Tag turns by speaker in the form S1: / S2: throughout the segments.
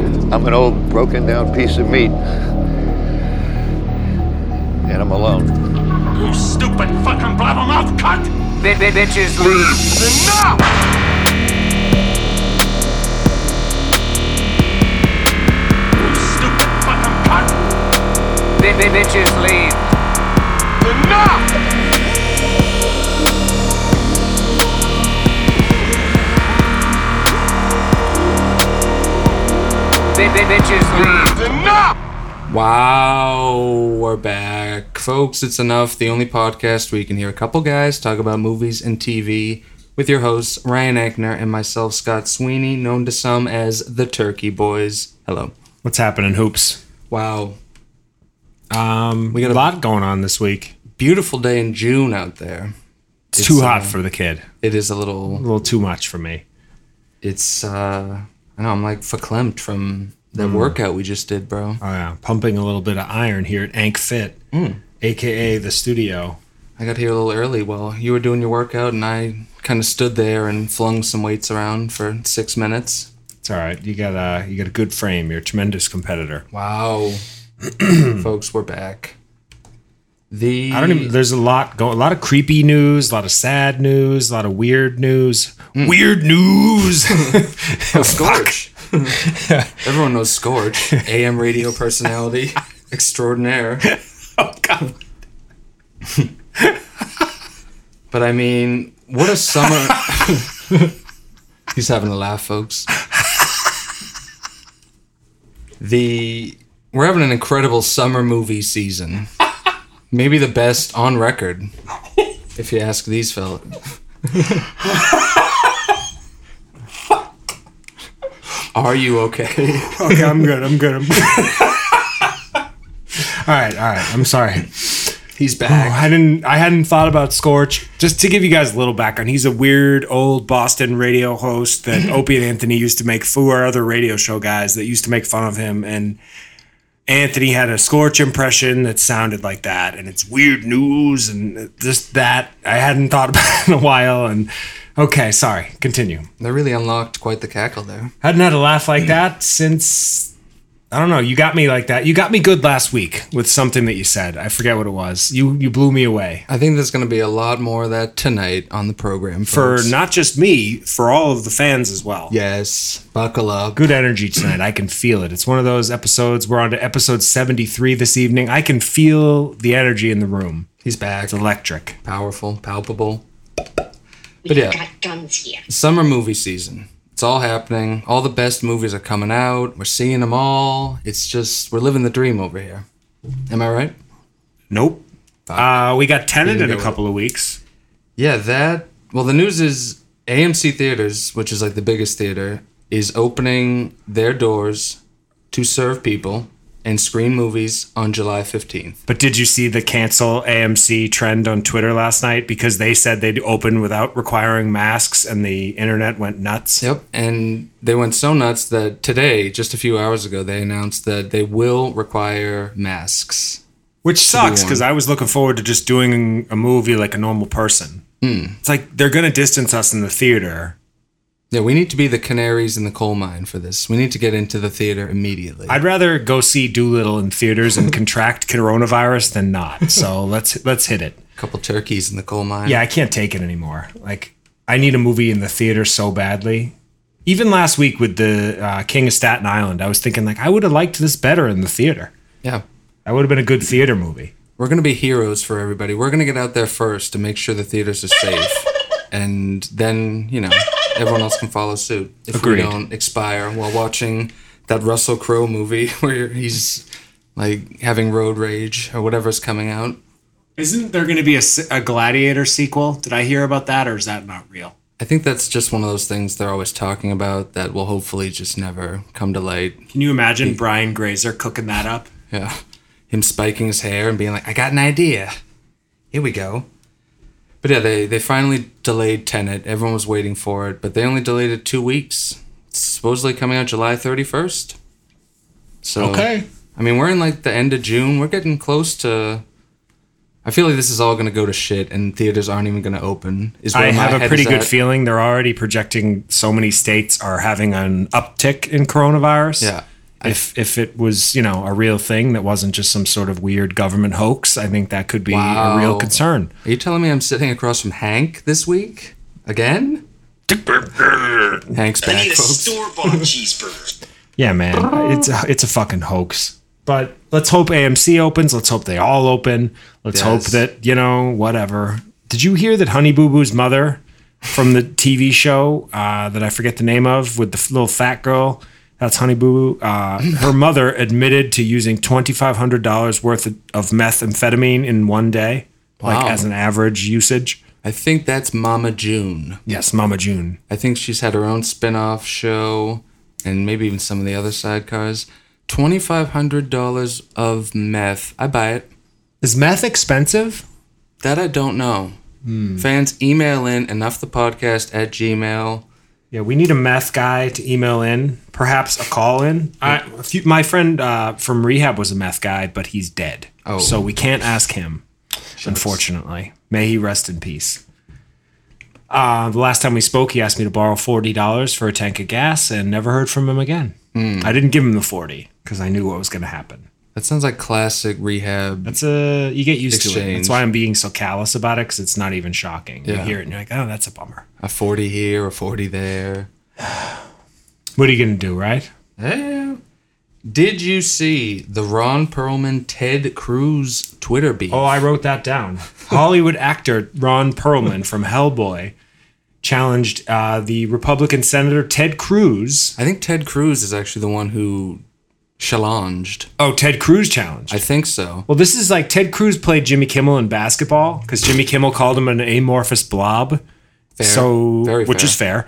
S1: I'm an old, broken down piece of meat. And I'm alone.
S2: You stupid fucking blabbermouth cunt!
S3: Bitches leave.
S2: Enough! You stupid fucking cunt!
S3: Bitches leave.
S2: Enough!
S3: Bitches leave.
S2: Enough!
S4: Wow, we're back. Folks, it's enough. The only podcast where you can hear a couple guys talk about movies and TV with your hosts, Ryan Eckner and myself, Scott Sweeney, known to some as the Turkey Boys. Hello.
S5: What's happening, hoops?
S4: Wow.
S5: Um, we
S4: got
S5: got
S4: a-
S5: a lot going on this week.
S4: Beautiful day in June out there.
S5: It's, too
S4: uh,
S5: hot for the kid.
S4: It is a
S5: A
S4: little,
S5: little too much for me.
S4: it's, uh, I know, I'm like verklempt from that workout we just did, bro.
S5: Oh, yeah. Mm. Pumping a little bit of iron here at Ank Fit, aka the studio.
S4: I got here a little early while you were doing your workout, and I kind of stood there and flung some weights around for six minutes.
S5: It's all right. You got a you got a good frame. You're a tremendous competitor.
S4: Wow, folks, we're back. The
S5: I don't even. There's a lot going. A lot of creepy news. A lot of sad news. A lot of weird news. Weird news.
S4: Scorch. Everyone knows Scorch, AM radio personality extraordinaire.
S5: oh God.
S4: But I mean, what a summer! He's having a laugh, folks. The we're having an incredible summer movie season. Maybe the best on record, if you ask these fellas. Are you okay?
S5: Okay, I'm good. I'm good. I'm good. all right. All right. I'm sorry.
S4: He's
S5: Oh,
S4: back.
S5: I didn't. I hadn't thought about Scorch. Just to give you guys a little background, he's a weird old Boston radio host that Opie and Anthony used to make fun. Our other radio show guys that used to make fun of him, and Anthony had a Scorch impression that sounded like that, and it's weird news and just that. I hadn't thought about it in a while, and okay, sorry. Continue.
S4: That really unlocked quite the cackle there.
S5: Hadn't had a laugh like that since. I don't know. You got me like that. You got me good last week with something that you said. I forget what it was. You you blew me away.
S4: I think there's going to be a lot more of that tonight on the program.
S5: for
S4: folks.
S5: not just me, for all of the fans as well.
S4: Yes, buckle up.
S5: Good energy tonight. I can feel it. It's one of those episodes. We're on to episode 73 this evening. I can feel the energy in the room.
S4: He's back.
S5: It's electric.
S4: Powerful, palpable.
S6: We've
S4: yeah.
S6: got guns here.
S4: Summer movie season. It's all happening. All the best movies are coming out. We're seeing them all. It's just, we're living the dream over here. Am I right?
S5: Nope. Uh, we got Tenet
S4: You
S5: in a
S4: go with-
S5: couple of weeks.
S4: Yeah, that. Well, the news is AMC Theaters, which is like the biggest theater, is opening their doors to serve people and screen movies on July 15th.
S5: But did you see the cancel AMC trend on Twitter last night? Because they said they'd open without requiring masks and the internet went nuts.
S4: Yep. And they went so nuts that today, just a few hours ago, they announced that they will require masks.
S5: Which sucks
S4: one.
S5: because I was looking forward to just doing a movie like a normal person.
S4: Hmm.
S5: It's like they're going to distance us in the theater.
S4: Yeah, we need to be the canaries in the coal mine for this. We need to get into the theater immediately.
S5: I'd rather go see Doolittle in theaters and contract coronavirus than not. So let's let's hit it.
S4: a couple turkeys in the coal mine.
S5: Yeah, I can't take it anymore. Like I need a movie in the theater so badly. Even last week with the uh, King of Staten Island, I was thinking like I would have liked this better in the theater.
S4: Yeah.
S5: That would have been a good theater movie.
S4: We're going to be heroes for everybody. We're going to get out there first to make sure the theaters are safe. and then, you know, everyone else can follow suit if we
S5: Agreed.
S4: don't expire while watching that Russell Crowe movie where he's like having road rage or whatever's coming out.
S7: Isn't there going to be a, s- a Gladiator sequel? Did I hear about that, or is that not real?
S4: I think that's just one of those things they're always talking about that will hopefully just never come to light.
S7: Can you imagine Brian Grazer cooking that up?
S4: Yeah. Him spiking his hair and being like, I got an idea. Here we go. But yeah, they, they finally delayed Tenet. Everyone was waiting for it, but they only delayed it two weeks. It's supposedly coming out July 31st. So, I mean, we're in like the end of June. We're getting close to. I feel like this is all going to go to shit and theaters aren't even going to open. Is where my
S5: I have
S4: head
S5: a
S4: is
S5: pretty good
S4: at.
S5: feeling they're already projecting so many states are having an uptick in coronavirus.
S4: Yeah.
S5: If if it was you know a real thing that wasn't just some sort of weird government hoax, I think that could be a real
S4: Wow.
S5: concern.
S4: Are you telling me I'm sitting across from Hank this week? Again? Hank's back, folks.
S8: bought cheeseburger.
S5: Yeah, man, it's a, it's a fucking hoax. But let's hope AMC opens. Let's hope they all open. Let's hope
S4: Yes.
S5: that you know whatever. Did you hear that Honey Boo Boo's mother from the TV show uh, that I forget the name of with the f- little fat girl? That's Honey Boo Boo. Uh, her mother admitted to using twenty five hundred dollars worth of of methamphetamine in one day,
S4: Wow.
S5: like as an average usage.
S4: I think that's Mama June.
S5: Yes, Mama June.
S4: I think she's had her own spin off show and maybe even some of the other sidecars. $2,500 of meth. I buy it.
S5: Is meth expensive?
S4: That I don't know.
S5: Hmm.
S4: Fans, email in enoughthepodcast at gmail.
S5: Yeah, we need a meth guy to email in, perhaps a call in. I, a few, my friend uh, from rehab was a meth guy, but he's dead.
S4: Oh.
S5: So we can't ask him, unfortunately. May he rest in peace. Uh, the last time we spoke, he asked me to borrow $40 for a tank of gas and never heard from him again.
S4: Hmm.
S5: I didn't give him the 40 because I knew what was going to happen.
S4: That sounds like classic rehab.
S5: That's a, you get used to it.
S4: Exchange.
S5: That's why I'm being so callous about it because it's not even shocking. You
S4: Yeah.
S5: hear it and you're like, oh, that's a bummer.
S4: A 40 here, a 40 there.
S5: What are you going to do, right? Eh.
S4: Yeah. Did you see the Ron Perlman Ted Cruz Twitter beef?
S5: Oh, I wrote that down. Hollywood actor Ron Perlman from Hellboy challenged uh, the Republican Senator Ted Cruz.
S4: I think Ted Cruz is actually the one who challenged.
S5: Oh, Ted Cruz challenged.
S4: I think so.
S5: well, this is like Ted Cruz played Jimmy Kimmel in basketball because Jimmy Kimmel called him an amorphous blob.
S4: Fair.
S5: So,
S4: Very
S5: which
S4: fair.
S5: is fair.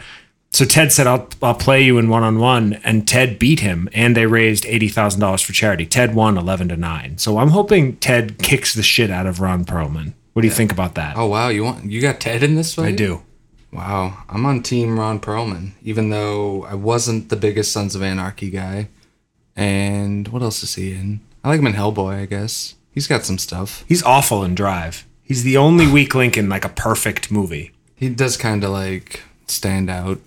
S5: So Ted said, "I'll I'll play you in one on one," and Ted beat him, and they raised eighty thousand dollars for charity. Ted won eleven to nine. So I'm hoping Ted kicks the shit out of Ron Perlman. What do you think about that?
S4: Oh wow, you want you got Ted in this fight?
S5: I do.
S4: Wow, I'm on Team Ron Perlman, even though I wasn't the biggest Sons of Anarchy guy. And what else is he in? I like him in Hellboy, I guess. He's got some stuff.
S5: He's awful in Drive. He's the only weak link in like a perfect movie.
S4: He does kind of like stand out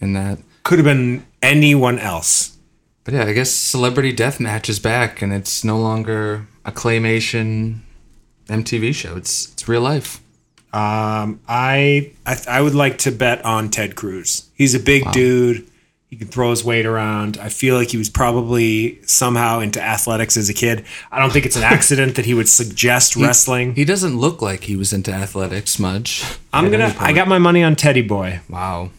S4: in that.
S5: Could have been anyone else.
S4: But yeah, I guess Celebrity Deathmatch is back, and it's no longer a claymation MTV show. It's it's real life.
S5: I I, I would like to bet on Ted Cruz. He's a big dude. He can throw his weight around. I feel like he was probably somehow into athletics as a kid. I don't think it's an accident that he would suggest wrestling.
S4: He doesn't look like he was into athletics much.
S5: I'm
S4: At
S5: gonna.
S4: any point.
S5: I got my money on Teddy Boy.
S4: Wow,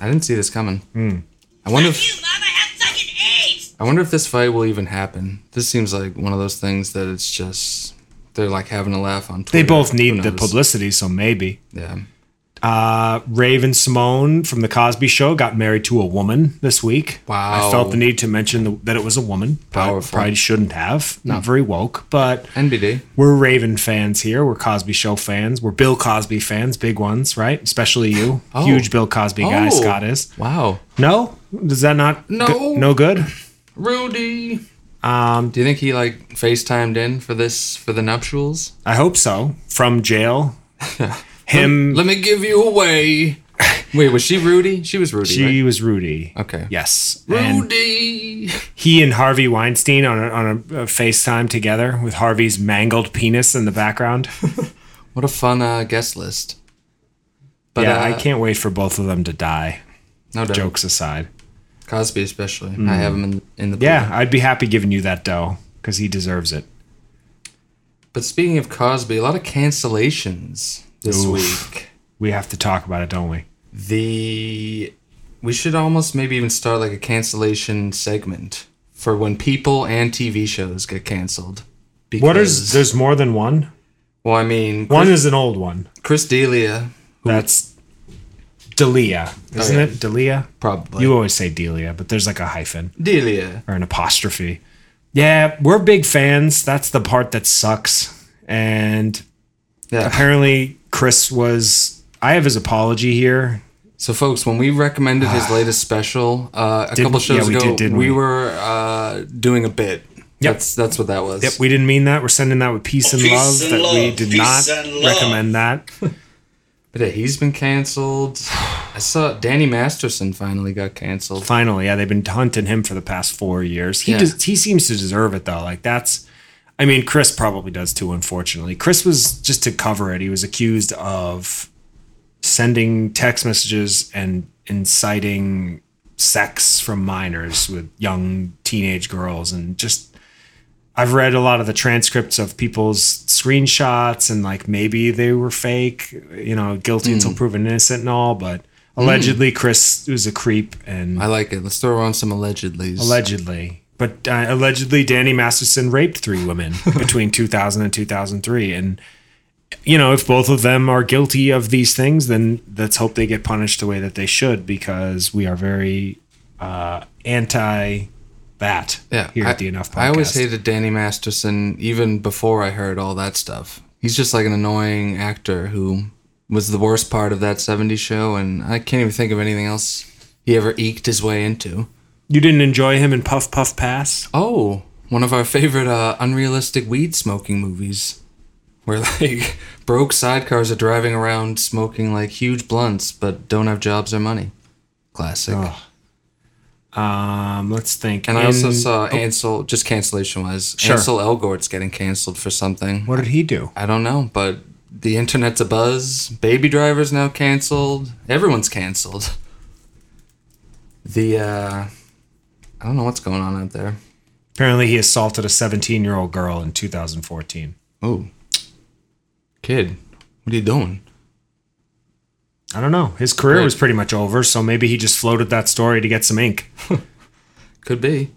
S4: I didn't see this coming.
S5: Hmm.
S4: I wonder. If,
S8: You mama have fucking AIDS.
S4: I wonder if this fight will even happen. This seems like one of those things that it's just they're like having a laugh on.
S5: They
S4: Twitter.
S5: both
S4: Who
S5: need the
S4: knows?
S5: publicity, so maybe.
S4: Yeah.
S5: Raven Simone from The Cosby Show got married to a woman this week.
S4: Wow.
S5: I felt the need to mention the, that it was a woman. Probably-
S4: Powerful.
S5: Probably shouldn't have. Not very woke, but
S4: NBD.
S5: we're Raven fans here. We're Cosby Show fans. We're Bill Cosby fans, big ones, right? Especially you.
S4: Oh.
S5: Huge Bill Cosby guy,
S4: Oh.
S5: Scott is.
S4: Wow.
S5: No? Does that not?
S4: No.
S5: go- no good?
S4: Rudy. Um. Do you think he like FaceTimed in for this for the nuptials?
S5: I hope so. From jail. Him.
S4: Let me give you away. Wait, was she Rudy? She was Rudy.
S5: she
S4: right?
S5: was Rudy.
S4: Okay.
S5: Yes. And-
S4: Rudy.
S5: he and Harvey Weinstein on a, on a, a FaceTime together with Harvey's mangled penis in the background.
S4: What a fun uh, guest list. But
S5: yeah, I
S4: uh,
S5: can't wait for both of them to die.
S4: No doubt.
S5: Jokes aside,
S4: Cosby especially. I have him in, in the
S5: Mm. yeah, I'd be happy giving you that dough because he deserves it.
S4: But speaking of Cosby, a lot of cancellations this
S5: Oof.
S4: week.
S5: We have to talk about it, don't we?
S4: The we should almost maybe even start like a cancellation segment for when people and TV shows get canceled. Because,
S5: What is? There's more than one.
S4: well, I mean, Chris,
S5: One is an old one.
S4: Chris Delia
S5: That's Delia, isn't
S4: yeah.
S5: it? Delia.
S4: probably
S5: You always say Delia, but there's like a hyphen.
S4: Delia.
S5: or an apostrophe. Yeah, we're big fans. That's the part that sucks. And
S4: Yeah.
S5: apparently, Chris was. I have his apology here.
S4: So, folks, when we recommended his latest special uh, a couple shows
S5: yeah, Ah. we
S4: ago,
S5: did, didn't
S4: we,
S5: we?
S4: were uh, doing a bit. That's that's what that was.
S5: Yep, we didn't mean that. We're sending that with peace and
S8: Oh, Peace
S5: love.
S8: and
S5: that we
S8: love.
S5: did
S8: Peace
S5: not
S8: and love.
S5: recommend that.
S4: But yeah, he's been canceled. I saw Danny Masterson finally got canceled.
S5: Finally, yeah, they've been hunting him for the past four years. He
S4: Yeah.
S5: does, he seems to deserve it though. Like that's, I mean, Chris probably does too. Unfortunately, Chris was just to cover it. He was accused of sending text messages and inciting sex from minors with young teenage girls, and just I've read a lot of the transcripts of people's screenshots and like maybe they were fake, you know,
S4: Hmm.
S5: guilty until proven innocent and all, but allegedly Chris was a creep and
S4: I like it. Let's throw on some allegedlys.
S5: allegedly. But uh, allegedly Danny Masterson raped three women between 2000 and 2003 and you know, if both of them are guilty of these things, then let's hope they get punished the way that they should because we are very uh anti that
S4: yeah,
S5: here
S4: I,
S5: at the Enough Podcast.
S4: I always hated Danny Masterson even before I heard all that stuff. He's just like an annoying actor who was the worst part of that 70s show, and I can't even think of anything else he ever eked his way into.
S5: You didn't enjoy him in Puff Puff Pass?
S4: Oh, one of our favorite uh, unrealistic weed smoking movies. Where like broke sidecars are driving around smoking like huge blunts but don't have jobs or money. Classic.
S5: Um, let's think.
S4: and I also
S5: In-
S4: saw Ansel just cancellation wise.
S5: Sure.
S4: Ansel Elgort's getting canceled for something.
S5: What did he do?
S4: I don't know, but the internet's a buzz. Baby Driver's now canceled. Everyone's canceled. The uh I don't know what's going on out there.
S5: Apparently, he assaulted a 17 year old girl in 2014.
S4: Oh. Kid, what are you doing?
S5: I don't know. His career
S4: Right.
S5: was pretty much over, so maybe he just floated that story to get some ink.
S4: Could be.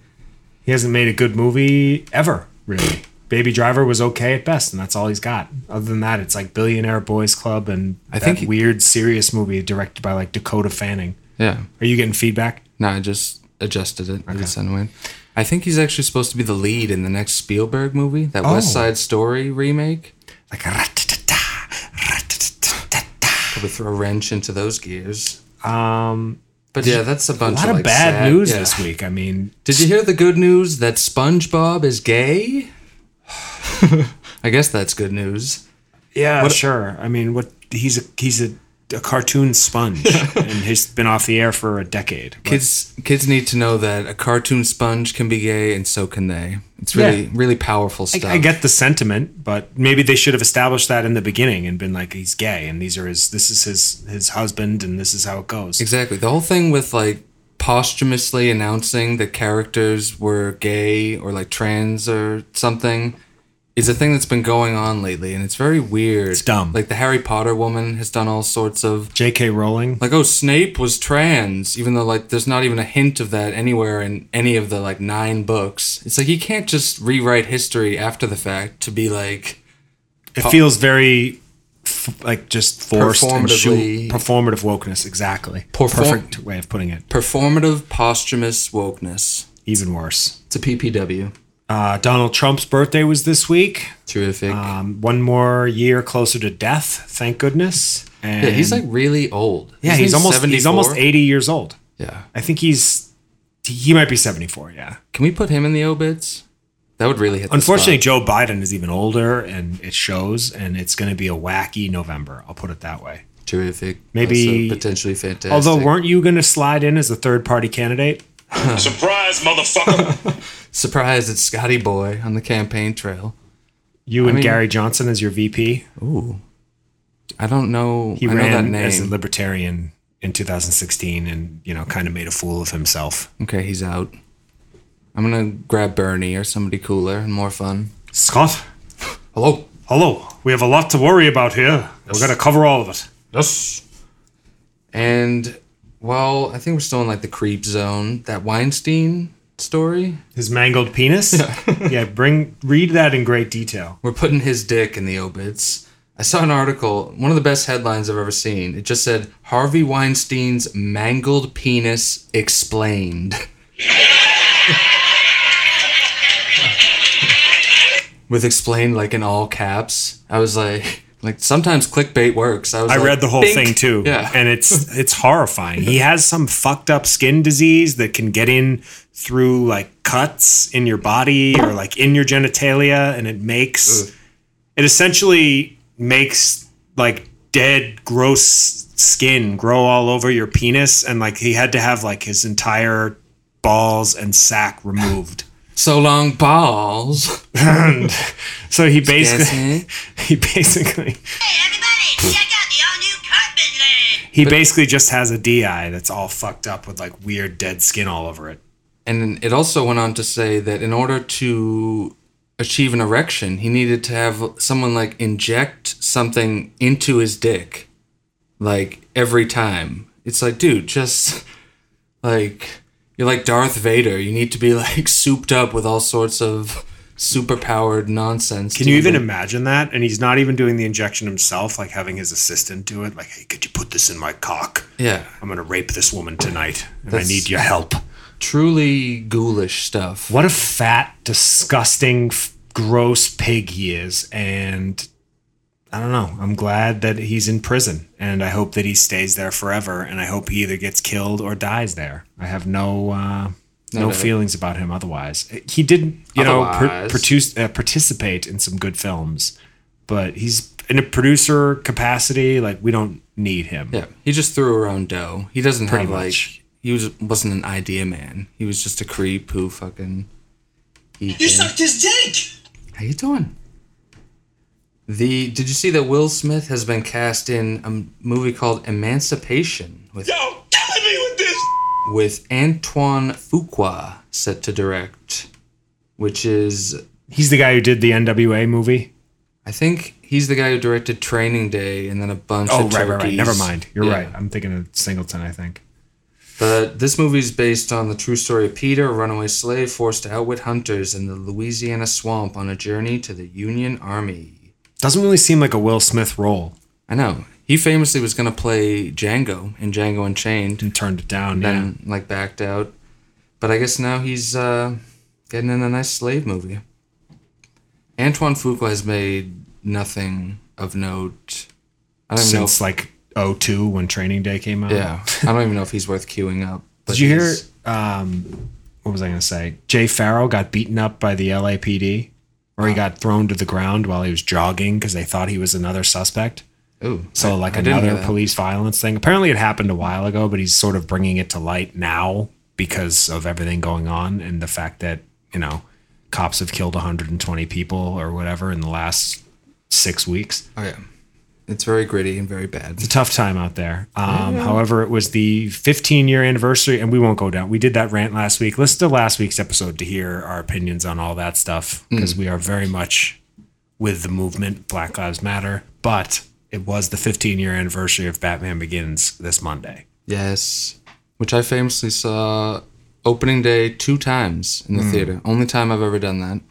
S5: He hasn't made a good movie ever, really. Baby Driver was okay at best, and that's all he's got. Other than that, it's like Billionaire Boys Club and
S4: I
S5: that
S4: think he-
S5: weird, serious movie directed by like Dakota Fanning.
S4: Yeah.
S5: Are you getting feedback?
S4: No, I just adjusted it. It was annoying. I think he's actually supposed to be the lead in the next Spielberg movie, that West
S5: Oh.
S4: Side Story remake.
S5: Like, "Rat-ta-ta-ta, rat-ta-ta-ta-ta."
S4: Probably throw a wrench into those gears.
S5: um,
S4: But yeah, that's a
S5: a
S4: bunch
S5: lot
S4: of
S5: of
S4: like,
S5: bad
S4: sad-
S5: news
S4: yeah.
S5: this week. I mean,
S4: Did you hear the good news that SpongeBob is gay? I guess that's good news.
S5: Yeah, sure. I mean, what he's a he's a, a cartoon sponge, and he's been off the air for a decade. But
S4: Kids kids need to know that a cartoon sponge can be gay and so can they. It's really
S5: Yeah.
S4: really powerful stuff.
S5: I, I get the sentiment, but maybe they should have established that in the beginning and been like, he's gay, and these are his this is his his husband, and this is how it goes.
S4: Exactly. The whole thing with like posthumously announcing that characters were gay or like trans or something is a thing that's been going on lately and it's very weird. It's
S5: dumb.
S4: Like the Harry Potter woman has done all sorts of
S5: J.K. Rowling.
S4: like oh Snape was trans even though like there's not even a hint of that anywhere in any of the like nine books. It's like you can't just rewrite history after the fact to be like
S5: It feels very f- like just forced and shoe-
S4: Performatively-
S5: performative wokeness. Exactly.
S4: Perform-
S5: Perfect way of putting it.
S4: performative posthumous wokeness.
S5: Even worse.
S4: It's a PPW.
S5: Uh, Donald Trump's birthday was this week.
S4: Terrific.
S5: Um, one more year closer to death, thank goodness. And
S4: yeah, he's like really old.
S5: yeah,
S4: Isn't
S5: he's
S4: he
S5: almost he's almost
S4: 74?
S5: eighty years old.
S4: Yeah.
S5: I think he's he might be seventy four. Yeah.
S4: Can we put him in the obits? That would really hit. the
S5: Unfortunately,
S4: spot.
S5: Joe Biden is even older, and it shows. And it's going to be a wacky November. I'll put it that way.
S4: terrific.
S5: Maybe-
S4: Also potentially fantastic.
S5: Although, weren't you going to slide in as a third party candidate?
S8: Surprise, motherfucker!
S4: surprised it's Scotty Boy on the campaign trail.
S5: You and
S4: mean-
S5: Gary Johnson as your VP.
S4: Ooh, I don't know.
S5: He
S4: I know that
S5: ran
S4: name.
S5: as a libertarian in 2016, and you know, kind of made a fool of himself.
S4: okay, he's out. I'm gonna grab Bernie or somebody cooler and more fun.
S5: Scott,
S4: Hello.
S5: hello. We have a lot to worry about here. We're going to cover all of it.
S4: Yes. And well, I think we're still in like the creep zone. That Weinstein story.
S5: His mangled penis? Yeah. bring read that in great detail.
S4: We're putting his dick in the obits. I saw an article, one of the best headlines I've ever seen. It just said Harvey Weinstein's mangled penis explained. With explained like in all caps. I was like like sometimes clickbait works. I was
S5: I
S4: like,
S5: read the whole
S4: "Bink."
S5: thing too.
S4: Yeah.
S5: And it's it's horrifying. He has some fucked up skin disease that can get in through like cuts in your body or like in your genitalia and it makes it essentially makes like dead gross skin grow all over your penis, and like he had to have like his entire balls and sack removed.
S4: So long balls.
S5: So he
S4: Yes,
S5: basically
S4: eh?
S5: he basically
S9: Hey, everybody, check out the all-new Carpet Land.
S5: he basically just has a DI that's all fucked up with like weird dead skin all over it.
S4: and it also went on to say that in order to achieve an erection, he needed to have someone like inject something into his dick, like every time. It's like, dude, just like you're like Darth Vader. You need to be like souped up with all sorts of superpowered nonsense.
S5: Can you even imagine that? And he's not even doing the injection himself, like having his assistant do it. Like, hey, could you put this in my cock?
S4: Yeah,
S5: I'm gonna rape this woman tonight, and
S4: That's-
S5: I need your help.
S4: truly ghoulish stuff.
S5: What a fat, disgusting, f- gross pig he is, and I don't know. I'm glad that he's in prison, and I hope that he stays there forever. And I hope he either gets killed or dies there. I have no uh, no
S4: doubt.
S5: feelings about him otherwise. He did, you know, per-
S4: Otherwise.
S5: produce, uh, participate in some good films, but he's in a producer capacity. Like we don't need him.
S4: Yeah, he just threw around dough. He doesn't
S5: Pretty
S4: have
S5: much.
S4: like he was wasn't an idea man. He was just a creep who fucking. He
S9: You
S4: can-
S9: sucked his dick.
S4: How you doing? The did you see that Will Smith has been cast in a movie called Emancipation with
S8: Yo, killing me with this.
S4: with Antoine Fuqua set to direct, which is
S5: He's the guy who did the NWA movie.
S4: I think he's the guy who directed Training Day and then a bunch
S5: Oh,
S4: of
S5: right, right, right.
S4: turkeys.
S5: Never mind. You're
S4: Yeah.
S5: right. I'm thinking of Singleton, I think.
S4: But this movie is based on the true story of Peter, a runaway slave forced to outwit hunters in the Louisiana swamp on a journey to the Union Army.
S5: Doesn't really seem like a Will Smith role
S4: I know. He famously was going to play Django in Django Unchained,
S5: and turned it down.
S4: then like backed out. But I guess now he's uh, getting in a nice slave movie. Antoine Fuqua has made nothing of note. I
S5: yeah.
S4: don't even know.
S5: Since
S4: If,
S5: like 02 when Training Day came out.
S4: yeah, I don't even know if he's worth queuing up. but
S5: Did you hear?
S4: he's-
S5: Um, what was I going to say? Jay Farrell got beaten up by the LAPD or he got thrown to the ground while he was jogging because they thought he was another suspect.
S4: Ooh,
S5: So, like
S4: I didn't hear
S5: another
S4: that.
S5: police violence thing. Apparently, it happened a while ago, but he's sort of bringing it to light now because of everything going on and the fact that, you know, cops have killed 120 people or whatever in the last six weeks.
S4: Oh yeah, it's very gritty and very bad.
S5: It's a tough time out there. Um, However, it was the 15 year anniversary, and we won't go down. We did that rant last week. Listen to last week's episode to hear our opinions on all that stuff because we are very much with the movement, Black Lives Matter. But it was the 15 year anniversary of Batman Begins this Monday.
S4: Yes, which I famously saw opening day two times in the
S5: Hmm.
S4: theater. Only time I've ever done that.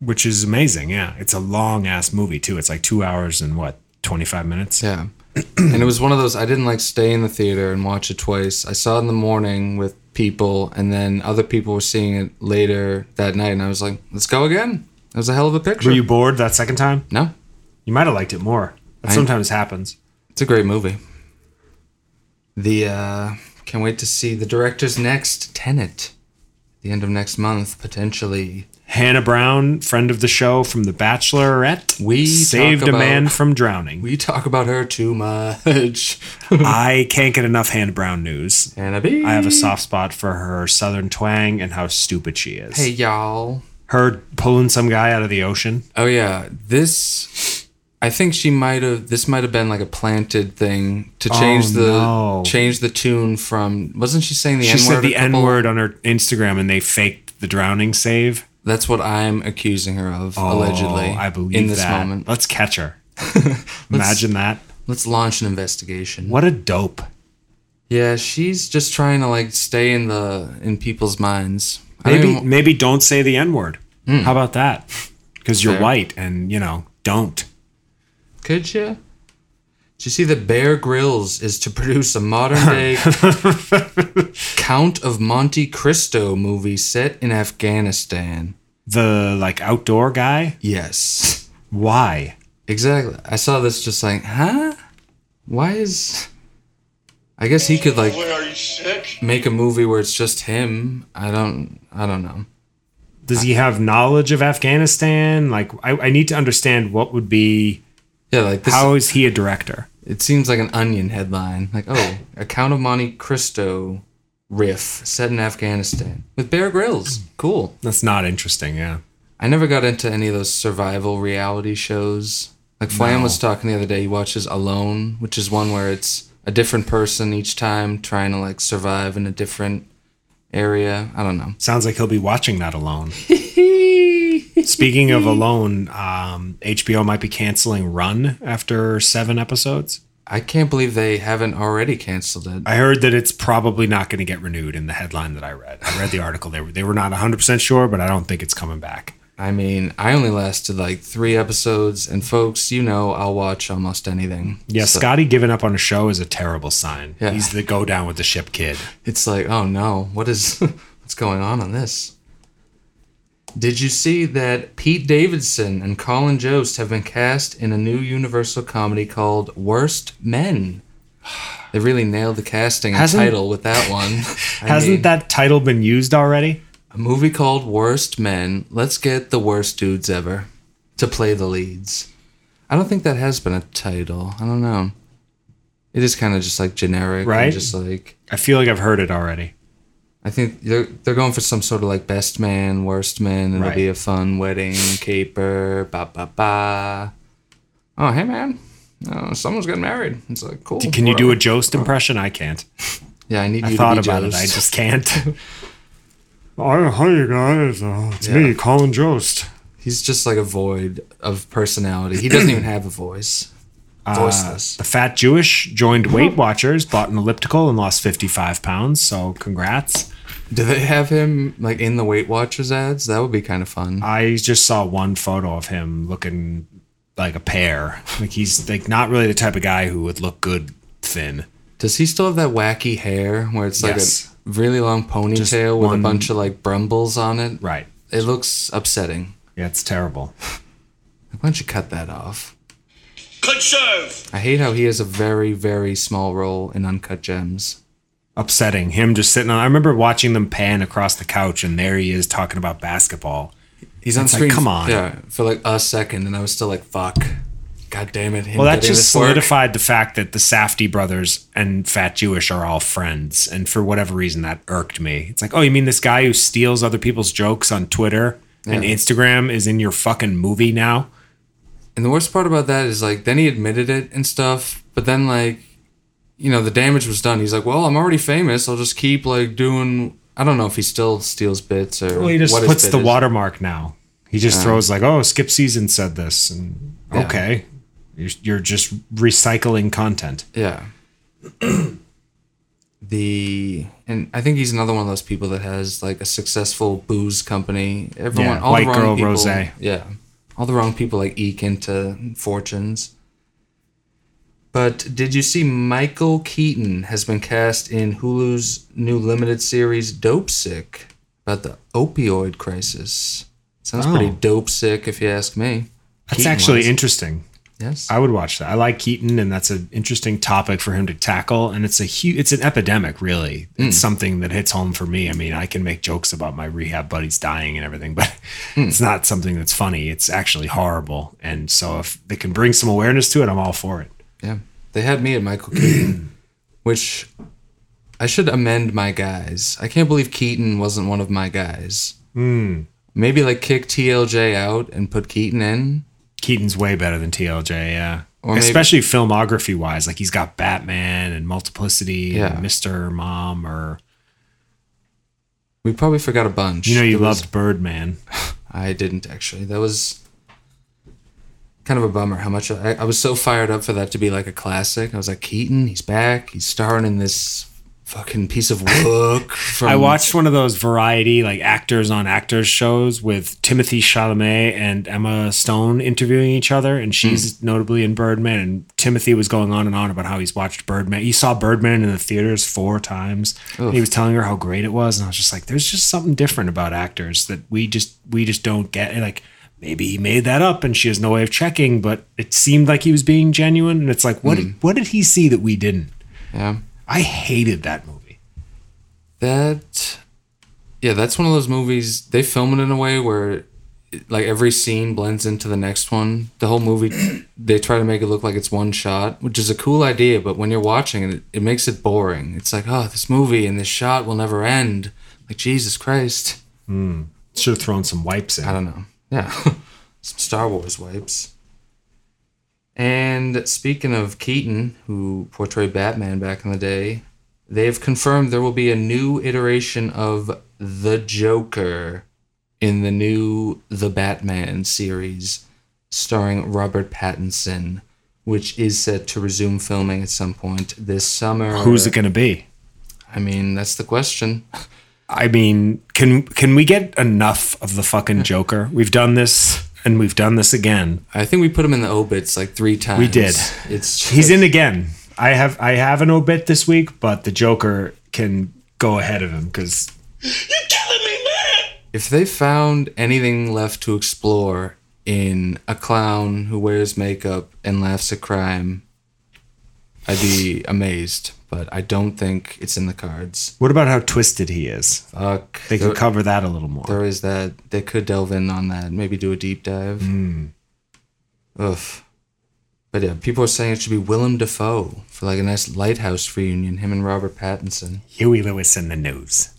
S5: which is amazing. Yeah, it's a long ass movie too. It's like two hours and what twenty five minutes.
S4: Yeah, and it was one of those I didn't like stay in the theater and watch it twice. I saw it in the morning with people, and then other people were seeing it later that night, and I was like, "Let's go again." It was a hell of a picture.
S5: Were you bored that second time?
S4: no,
S5: You might have liked it more. That sometimes happens.
S4: It's a great movie. The uh can't wait to see the director's next Tenet. The end of next month, potentially.
S5: Hannah Brown, friend of the show from The Bachelorette,
S4: We
S5: saved
S4: talk
S5: a man
S4: about-
S5: from drowning.
S4: We talk about her too much.
S5: I can't get enough Hannah Brown news.
S4: Hannah B.
S5: I have a soft spot for her southern twang and how stupid she is.
S4: Hey y'all.
S5: Her pulling some guy out of the ocean.
S4: Oh yeah, this. I think she might have. This might have been like a planted thing to change the
S5: Oh, no.
S4: change the tune from. Wasn't she saying the
S5: She
S4: N word?
S5: said the N word on her Instagram and they faked the drowning save.
S4: That's what I'm accusing her of, allegedly.
S5: Oh, I believe
S4: in this
S5: that.
S4: moment.
S5: Let's catch her. Imagine that.
S4: Let's launch an investigation.
S5: What a dope.
S4: Yeah, she's just trying to like stay in the in people's minds. I don't
S5: Maybe
S4: even- Hmm.
S5: maybe don't say the N word. How about that? Because you're
S4: Fair.
S5: white and you know don't.
S4: could you? Did you see that Bear Grylls is to produce a modern day Count of Monte Cristo movie set in Afghanistan?
S5: The like outdoor guy.
S4: Yes,
S5: Why?
S4: exactly. I saw this just like, huh? Why is? I guess he could like
S8: Boy, are you sick?
S4: make a movie where it's just him. I don't. I don't know.
S5: Does he have knowledge of Afghanistan? Like I, I need to understand what would be.
S4: Yeah, like this.
S5: How is he a director?
S4: It seems like an onion headline. Like, oh, a Count of Monte Cristo riff set in Afghanistan with Bear Grylls. Cool.
S5: That's not interesting. Yeah.
S4: I never got into any of those survival reality shows. Like Flam was talking the other day, he watches Alone, which is one where it's a different person each time trying to like survive in a different area. I don't know.
S5: Sounds like he'll be watching that alone. Speaking of alone, um, HBO might be canceling Run after seven episodes.
S4: I can't believe they haven't already canceled it.
S5: I heard that it's probably not going to get renewed in the headline that I read. I read the article. They were, they were not 100% sure, but I don't think it's coming back.
S4: I mean, I only lasted like three episodes, and folks, you know, I'll watch almost anything.
S5: Yeah,
S4: So
S5: Scotty giving up on a show is a terrible sign.
S4: Yeah.
S5: He's the go down with the ship kid.
S4: It's like, oh no, what is what's going on on this? Did you see that Pete Davidson and Colin Jost have been cast in a new Universal comedy called Worst Men? They really nailed the casting and
S5: Hasn't-
S4: title with that one. I
S5: Hasn't
S4: mean,
S5: that title been used already?
S4: a movie called Worst Men? Let's get the worst dudes ever to play the leads. I don't think that has been a title. I don't know. It is kind of just like generic, and
S5: Right?
S4: Just like
S5: I feel like I've heard it already.
S4: I think they're they're going for some sort of like best man, worst man. It'll
S5: Right.
S4: be a fun wedding caper. Ba ba ba. Oh hey man, oh, someone's getting married. It's like cool.
S5: Can you do a
S4: whatever.
S5: Jost impression? I can't.
S4: Yeah, I need
S5: I
S4: you
S5: thought
S4: to be
S5: about
S4: Joe's.
S5: it. I just can't. Hi, you guys. Uh, it's me, Colin Jost.
S4: He's just like a void of personality. He doesn't even have a voice.
S5: Uh,
S4: Voiceless.
S5: The fat Jewish joined Weight Watchers, bought an elliptical, and lost 55 pounds. So, congrats.
S4: do they have him like in the Weight Watchers ads? That would be kind of fun.
S5: I just saw one photo of him looking like a pear. Like, he's like not really the type of guy who would look good thin.
S4: Does he still have that wacky hair where it's like
S5: Yes.
S4: a really long ponytail with
S5: one-
S4: a bunch of like brumbles on it?
S5: Right.
S4: It looks upsetting.
S5: Yeah, it's terrible.
S4: Why don't you cut that off?
S8: Conserve.
S4: I hate how he has a very, very small role in Uncut Gems.
S5: Upsetting. Him just sitting on. I remember watching them pan across the couch, and there he is talking about basketball.
S4: He's on
S5: It's like,
S4: screen.
S5: come on.
S4: Yeah, for like a second, and I was still like, "Fuck, god damn it!" him
S5: Well, that
S4: getting
S5: just
S4: this work.
S5: solidified the fact that the Safety brothers and Fat Jewish are all friends, and for whatever reason, that irked me. It's like, oh, you mean this guy who steals other people's jokes on Twitter and Instagram is in your fucking movie now?
S4: And the worst part about that is like, then he admitted it and stuff, but then like, you know, the damage was done. He's like, "Well, I'm already famous. I'll just keep like doing." I don't know if he still steals bits or
S5: Well, he just
S4: what his
S5: puts
S4: bit
S5: the
S4: is.
S5: watermark now. He just throws like, oh, Skip Season said this, and okay, you're, you're just recycling content.
S4: Yeah. the and I think he's another one of those people that has like a successful booze company. Everyone,
S5: Yeah,
S4: all
S5: White
S4: the wrong
S5: Girl
S4: people,
S5: Rosé.
S4: Yeah, all the wrong people like eke into fortunes. But did you see Michael Keaton has been cast in Hulu's new limited series Dope Sick about the opioid crisis? Sounds pretty
S5: Oh.
S4: dope sick if you ask me.
S5: That's
S4: Keaton
S5: actually
S4: was.
S5: interesting.
S4: Yes.
S5: I would watch that. I like Keaton, and that's an interesting topic for him to tackle. And it's a huge, it's an epidemic, really. It's
S4: Hmm.
S5: something that hits home for me. I mean, I can make jokes about my rehab buddies dying and everything, but
S4: Hmm.
S5: it's not something that's funny. It's actually horrible. And so, if they can bring some awareness to it, I'm all for it.
S4: Yeah. They had me at Michael Keaton, which I should amend my guys. I can't believe Keaton wasn't one of my guys.
S5: Hmm.
S4: Maybe like kick TLJ out and put Keaton in.
S5: Keaton's way better than TLJ, yeah.
S4: Or maybe-
S5: Especially filmography wise, like he's got Batman and Multiplicity
S4: Yeah.
S5: and Mr. Mom, or
S4: We probably forgot a bunch.
S5: you know, you
S4: There was-
S5: loved Birdman.
S4: I didn't actually. That was kind of a bummer how much I, I was so fired up for that to be like a classic. I was like, Keaton, he's back. He's starring in this fucking piece of work. From,
S5: I watched one of those variety like actors on actors shows with Timothy Chalamet and Emma Stone interviewing each other, and she's notably in Birdman. And Timothy was going on and on about how he's watched Birdman. He saw Birdman in the theaters four times. and he was telling her how great it was, and I was just like, "There's just something different about actors that we just we just don't get." And like maybe he made that up, and she has no way of checking, but it seemed like he was being genuine. And it's like, what did, what did he see that we didn't?
S4: Yeah.
S5: I hated that movie.
S4: That, yeah, that's one of those movies. They film it in a way where like every scene blends into the next one. The whole movie, they try to make it look like it's one shot, which is a cool idea. But when you're watching it, it makes it boring. It's like, oh, this movie and this shot will never end. Like Jesus Christ,
S5: Should have thrown some wipes in.
S4: I don't know. Yeah, some Star Wars wipes. And speaking of Keaton, who portrayed Batman back in the day, they've confirmed there will be a new iteration of the Joker in the new The Batman series starring Robert Pattinson, which is set to resume filming at some point this summer.
S5: Who's it going to be?
S4: I mean, that's the question.
S5: I mean, can can we get enough of the fucking Joker? We've done this and we've done this again.
S4: I think we put him in the obits like three times.
S5: did.
S4: It's just,
S5: He's in again. I have I have an obit this week, but the Joker can go ahead of him because
S4: if they found anything left to explore in a clown who wears makeup and laughs at crime, I'd be amazed. But I don't think it's in the cards.
S5: what about how twisted he is?
S4: Fuck.
S5: They
S4: There-
S5: could cover that a little more.
S4: there is that. They could delve in on that. Maybe do a deep dive.
S5: Hmm.
S4: Oof. But yeah, people are saying it should be Willem Dafoe for like a nice lighthouse reunion. Him and Robert Pattinson.
S5: Huey Lewis in the news.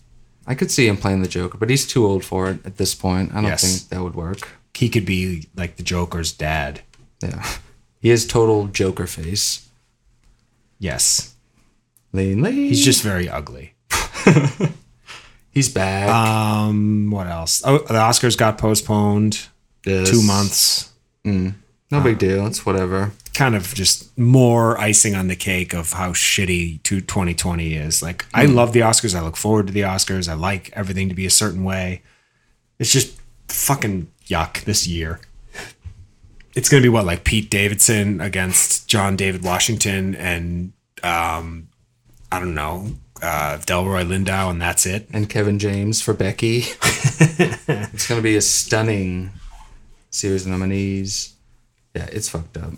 S4: I could see him playing the Joker, but he's too old for it at this point. I don't
S5: Yes.
S4: think that would work.
S5: He could be like the Joker's dad.
S4: Yeah. He has total Joker face.
S5: Yes,
S4: Lean, lean.
S5: he's just very ugly.
S4: He's back.
S5: Um, what else? Oh, the Oscars got postponed
S4: Yes.
S5: two months.
S4: No big deal. It's whatever.
S5: Kind of just more icing on the cake of how shitty to 2020 is. Like, I love the Oscars. I look forward to the Oscars. I like everything to be a certain way. It's just fucking yuck this year. It's gonna be what like Pete Davidson against John David Washington and um, I don't know uh, Delroy Lindau, and that's it.
S4: And Kevin James for Becky. it's going to be a stunning series of nominees. Yeah, it's fucked up.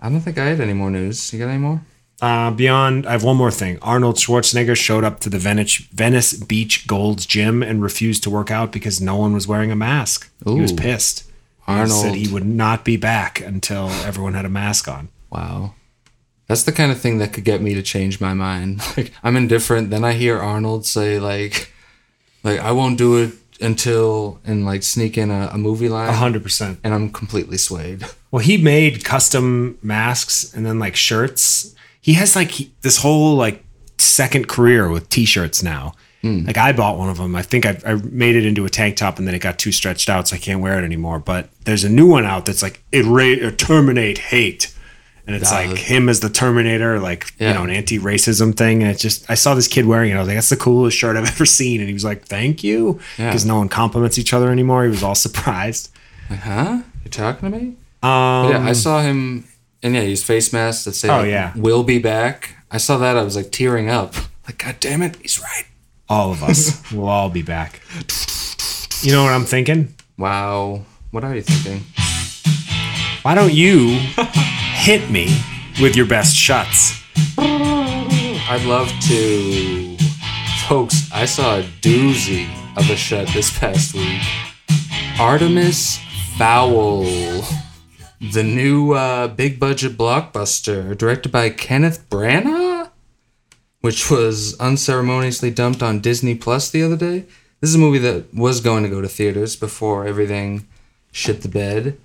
S4: I don't think I had any more news. You got any more?
S5: Uh, beyond, I have one more thing. Arnold Schwarzenegger showed up to the Venice, Venice Beach Gold's gym and refused to work out because no one was wearing a mask. He was
S4: Ooh.
S5: pissed. He
S4: Arnold.
S5: said he would not be back until everyone had a mask on.
S4: Wow. That's the kind of thing that could get me to change my mind. Like I'm indifferent, then I hear Arnold say like like I won't do it until and like sneak in a, a movie line
S5: A hundred percent.
S4: and I'm completely swayed.
S5: Well, he made custom masks and then like shirts. He has like he- this whole like second career with t-shirts now.
S4: Hmm.
S5: Like I bought one of them. I think I, I made it into a tank top and then it got too stretched out, so I can't wear it anymore. But there's a new one out that's like erase or terminate hate, and it's like him as the Terminator, like you
S4: Yeah.
S5: know an anti-racism thing. And it's just I saw this kid wearing it. I was like, that's the coolest shirt I've ever seen. And he was like, thank you,
S4: Yeah.
S5: because no one compliments each other anymore. He was all surprised.
S4: Like, huh? You're talking to me?
S5: Um,
S4: yeah, I saw him and yeah, his face mask that say
S5: Oh,
S4: like,
S5: yeah.
S4: will be back. I saw that, I was like tearing up. Like, god damn it, he's right.
S5: all of us will all be back. You know what I'm thinking?
S4: Wow. What are you thinking?
S5: Why don't you hit me with your best shots?
S4: I'd love to. Folks, I saw a doozy of a shut this past week. Artemis Fowl, the new uh, big budget blockbuster directed by Kenneth Branagh, which was unceremoniously dumped on Disney Plus the other day. This is a movie that was going to go to theaters before everything shit the bed.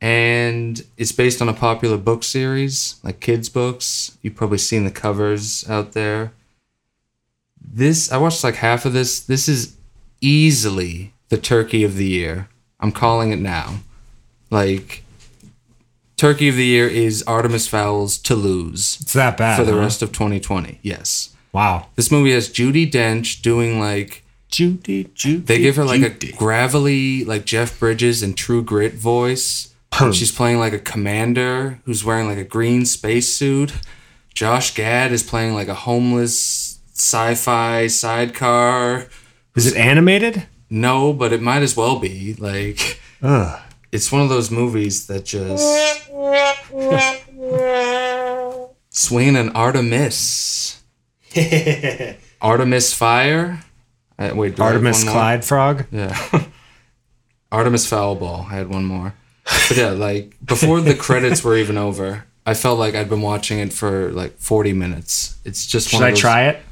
S4: And it's based on a popular book series, like kids' books. You've probably seen the covers out there. This, I watched like half of this. This is easily the turkey of the year. I'm calling it now. Like, turkey of the year is Artemis Fowl's To Lose
S5: It's that bad.
S4: for the
S5: huh?
S4: rest of 2020. Yes.
S5: Wow.
S4: This movie has Judy Dench doing like
S5: Judy, Judy.
S4: they give her like a gravelly, like Jeff Bridges and True Grit voice. And She's playing like a commander who's wearing like a green spacesuit. Josh Gad is playing like a homeless sci-fi sidecar.
S5: Is it animated?
S4: No, but it might as well be. Like
S5: Ugh.
S4: it's one of those movies that just swinging an Artemis, Artemis Fire. Uh, wait, do I have
S5: Artemis
S4: one more?
S5: Clyde Frog.
S4: Yeah. Artemis Foulball. I had one more. But yeah, like before the credits were even over, I felt like I'd been watching it for like 40 minutes. It's just
S10: Should I try it?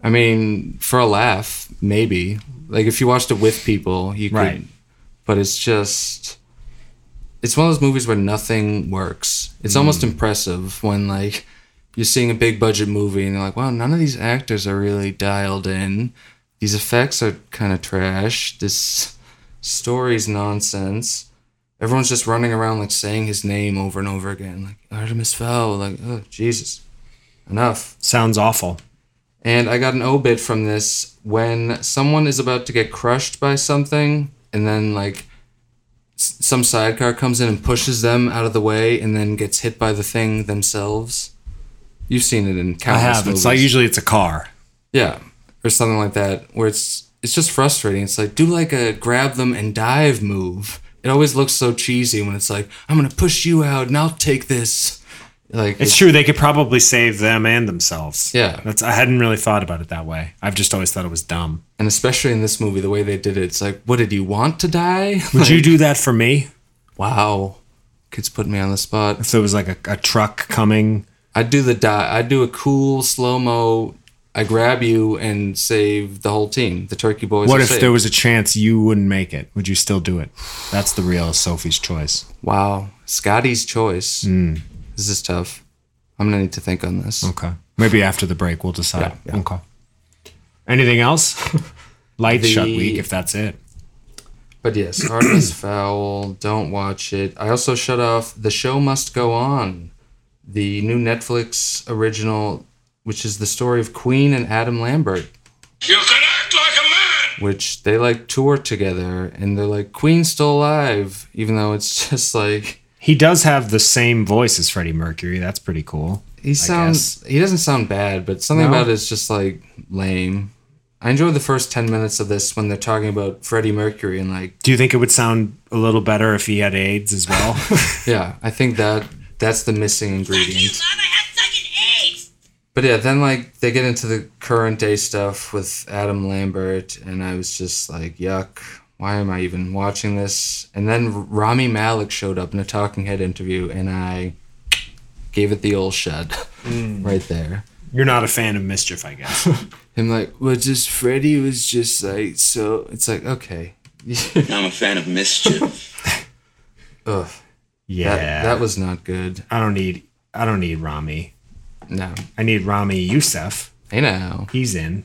S4: I mean, for a laugh, maybe. Like if you watched it with people, you could.
S10: Right.
S4: But it's just, it's one of those movies where nothing works. It's almost impressive when like you're seeing a big budget movie and you're like, wow, none of these actors are really dialed in. These effects are kind of trash. This story's nonsense. Everyone's just running around like saying his name over and over again, like Artemis Fowl, like oh Jesus, enough.
S5: Sounds awful.
S4: And I got an obit from this when someone is about to get crushed by something, and then like s- some sidecar comes in and pushes them out of the way, and then gets hit by the thing themselves. You've seen it in
S5: I
S4: countless
S5: have.
S4: movies,
S5: It's like usually it's a car.
S4: yeah, or something like that, where it's it's just frustrating. It's like do like a grab them and dive move. It always looks so cheesy when it's like I'm gonna push you out and I'll take this. Like
S5: It's true. They could probably save them and themselves.
S4: Yeah.
S5: That's. I hadn't really thought about it that way. I've just always thought it was dumb.
S4: and especially in this movie, the way they did it, it's like, what did you want to die?
S5: Would you do that for me
S4: Wow. Kids put me on the spot.
S5: if there was like a, a truck coming?
S4: I'd do the die. I'd do a cool slow mo. I grab you and save the whole team. The turkey boys.
S5: What
S4: are
S5: if
S4: saved.
S5: there was a chance you wouldn't make it? Would you still do it? That's the real Sophie's choice.
S4: Wow. Scotty's choice. This is tough. I'm going to need to think on this.
S5: Hmm. Okay. Maybe after the break we'll decide.
S4: Yeah, yeah.
S5: Okay. Anything else? Light
S4: The-
S5: shut week if that's it.
S4: But yes, Artemis Fowl. Don't watch it. I also shut off The Show Must Go On, the new Netflix original, which is the story of Queen and Adam Lambert.
S8: You can act like a man!
S4: which they like tour together and they're like queen's still alive even though it's just like
S5: He does have the same voice as Freddie Mercury. That's pretty cool.
S4: he sounds he doesn't sound bad but something
S5: No.
S4: about it is just like lame i enjoyed the first 10 minutes of this when they're talking about freddie mercury and like
S5: Do you think it would sound a little better if he had AIDS as well?
S4: yeah i think that that's the missing
S9: You
S4: ingredient
S9: mama have fucking AIDS!
S4: but yeah then like they get into the current day stuff with adam lambert and i was just like yuck why am i even watching this and then rami malik showed up in a talking head interview and i gave it the old shut
S5: Mm.
S4: right there
S5: You're not a fan of mischief, I guess.
S4: him like well just freddie was just like so it's like okay
S8: I'm a fan of mischief.
S4: Ugh,
S5: Yeah.
S4: that, that was not good
S5: I don't need I don't need Rami.
S4: no
S5: I need Rami Youssef.
S4: hey now
S5: He's in.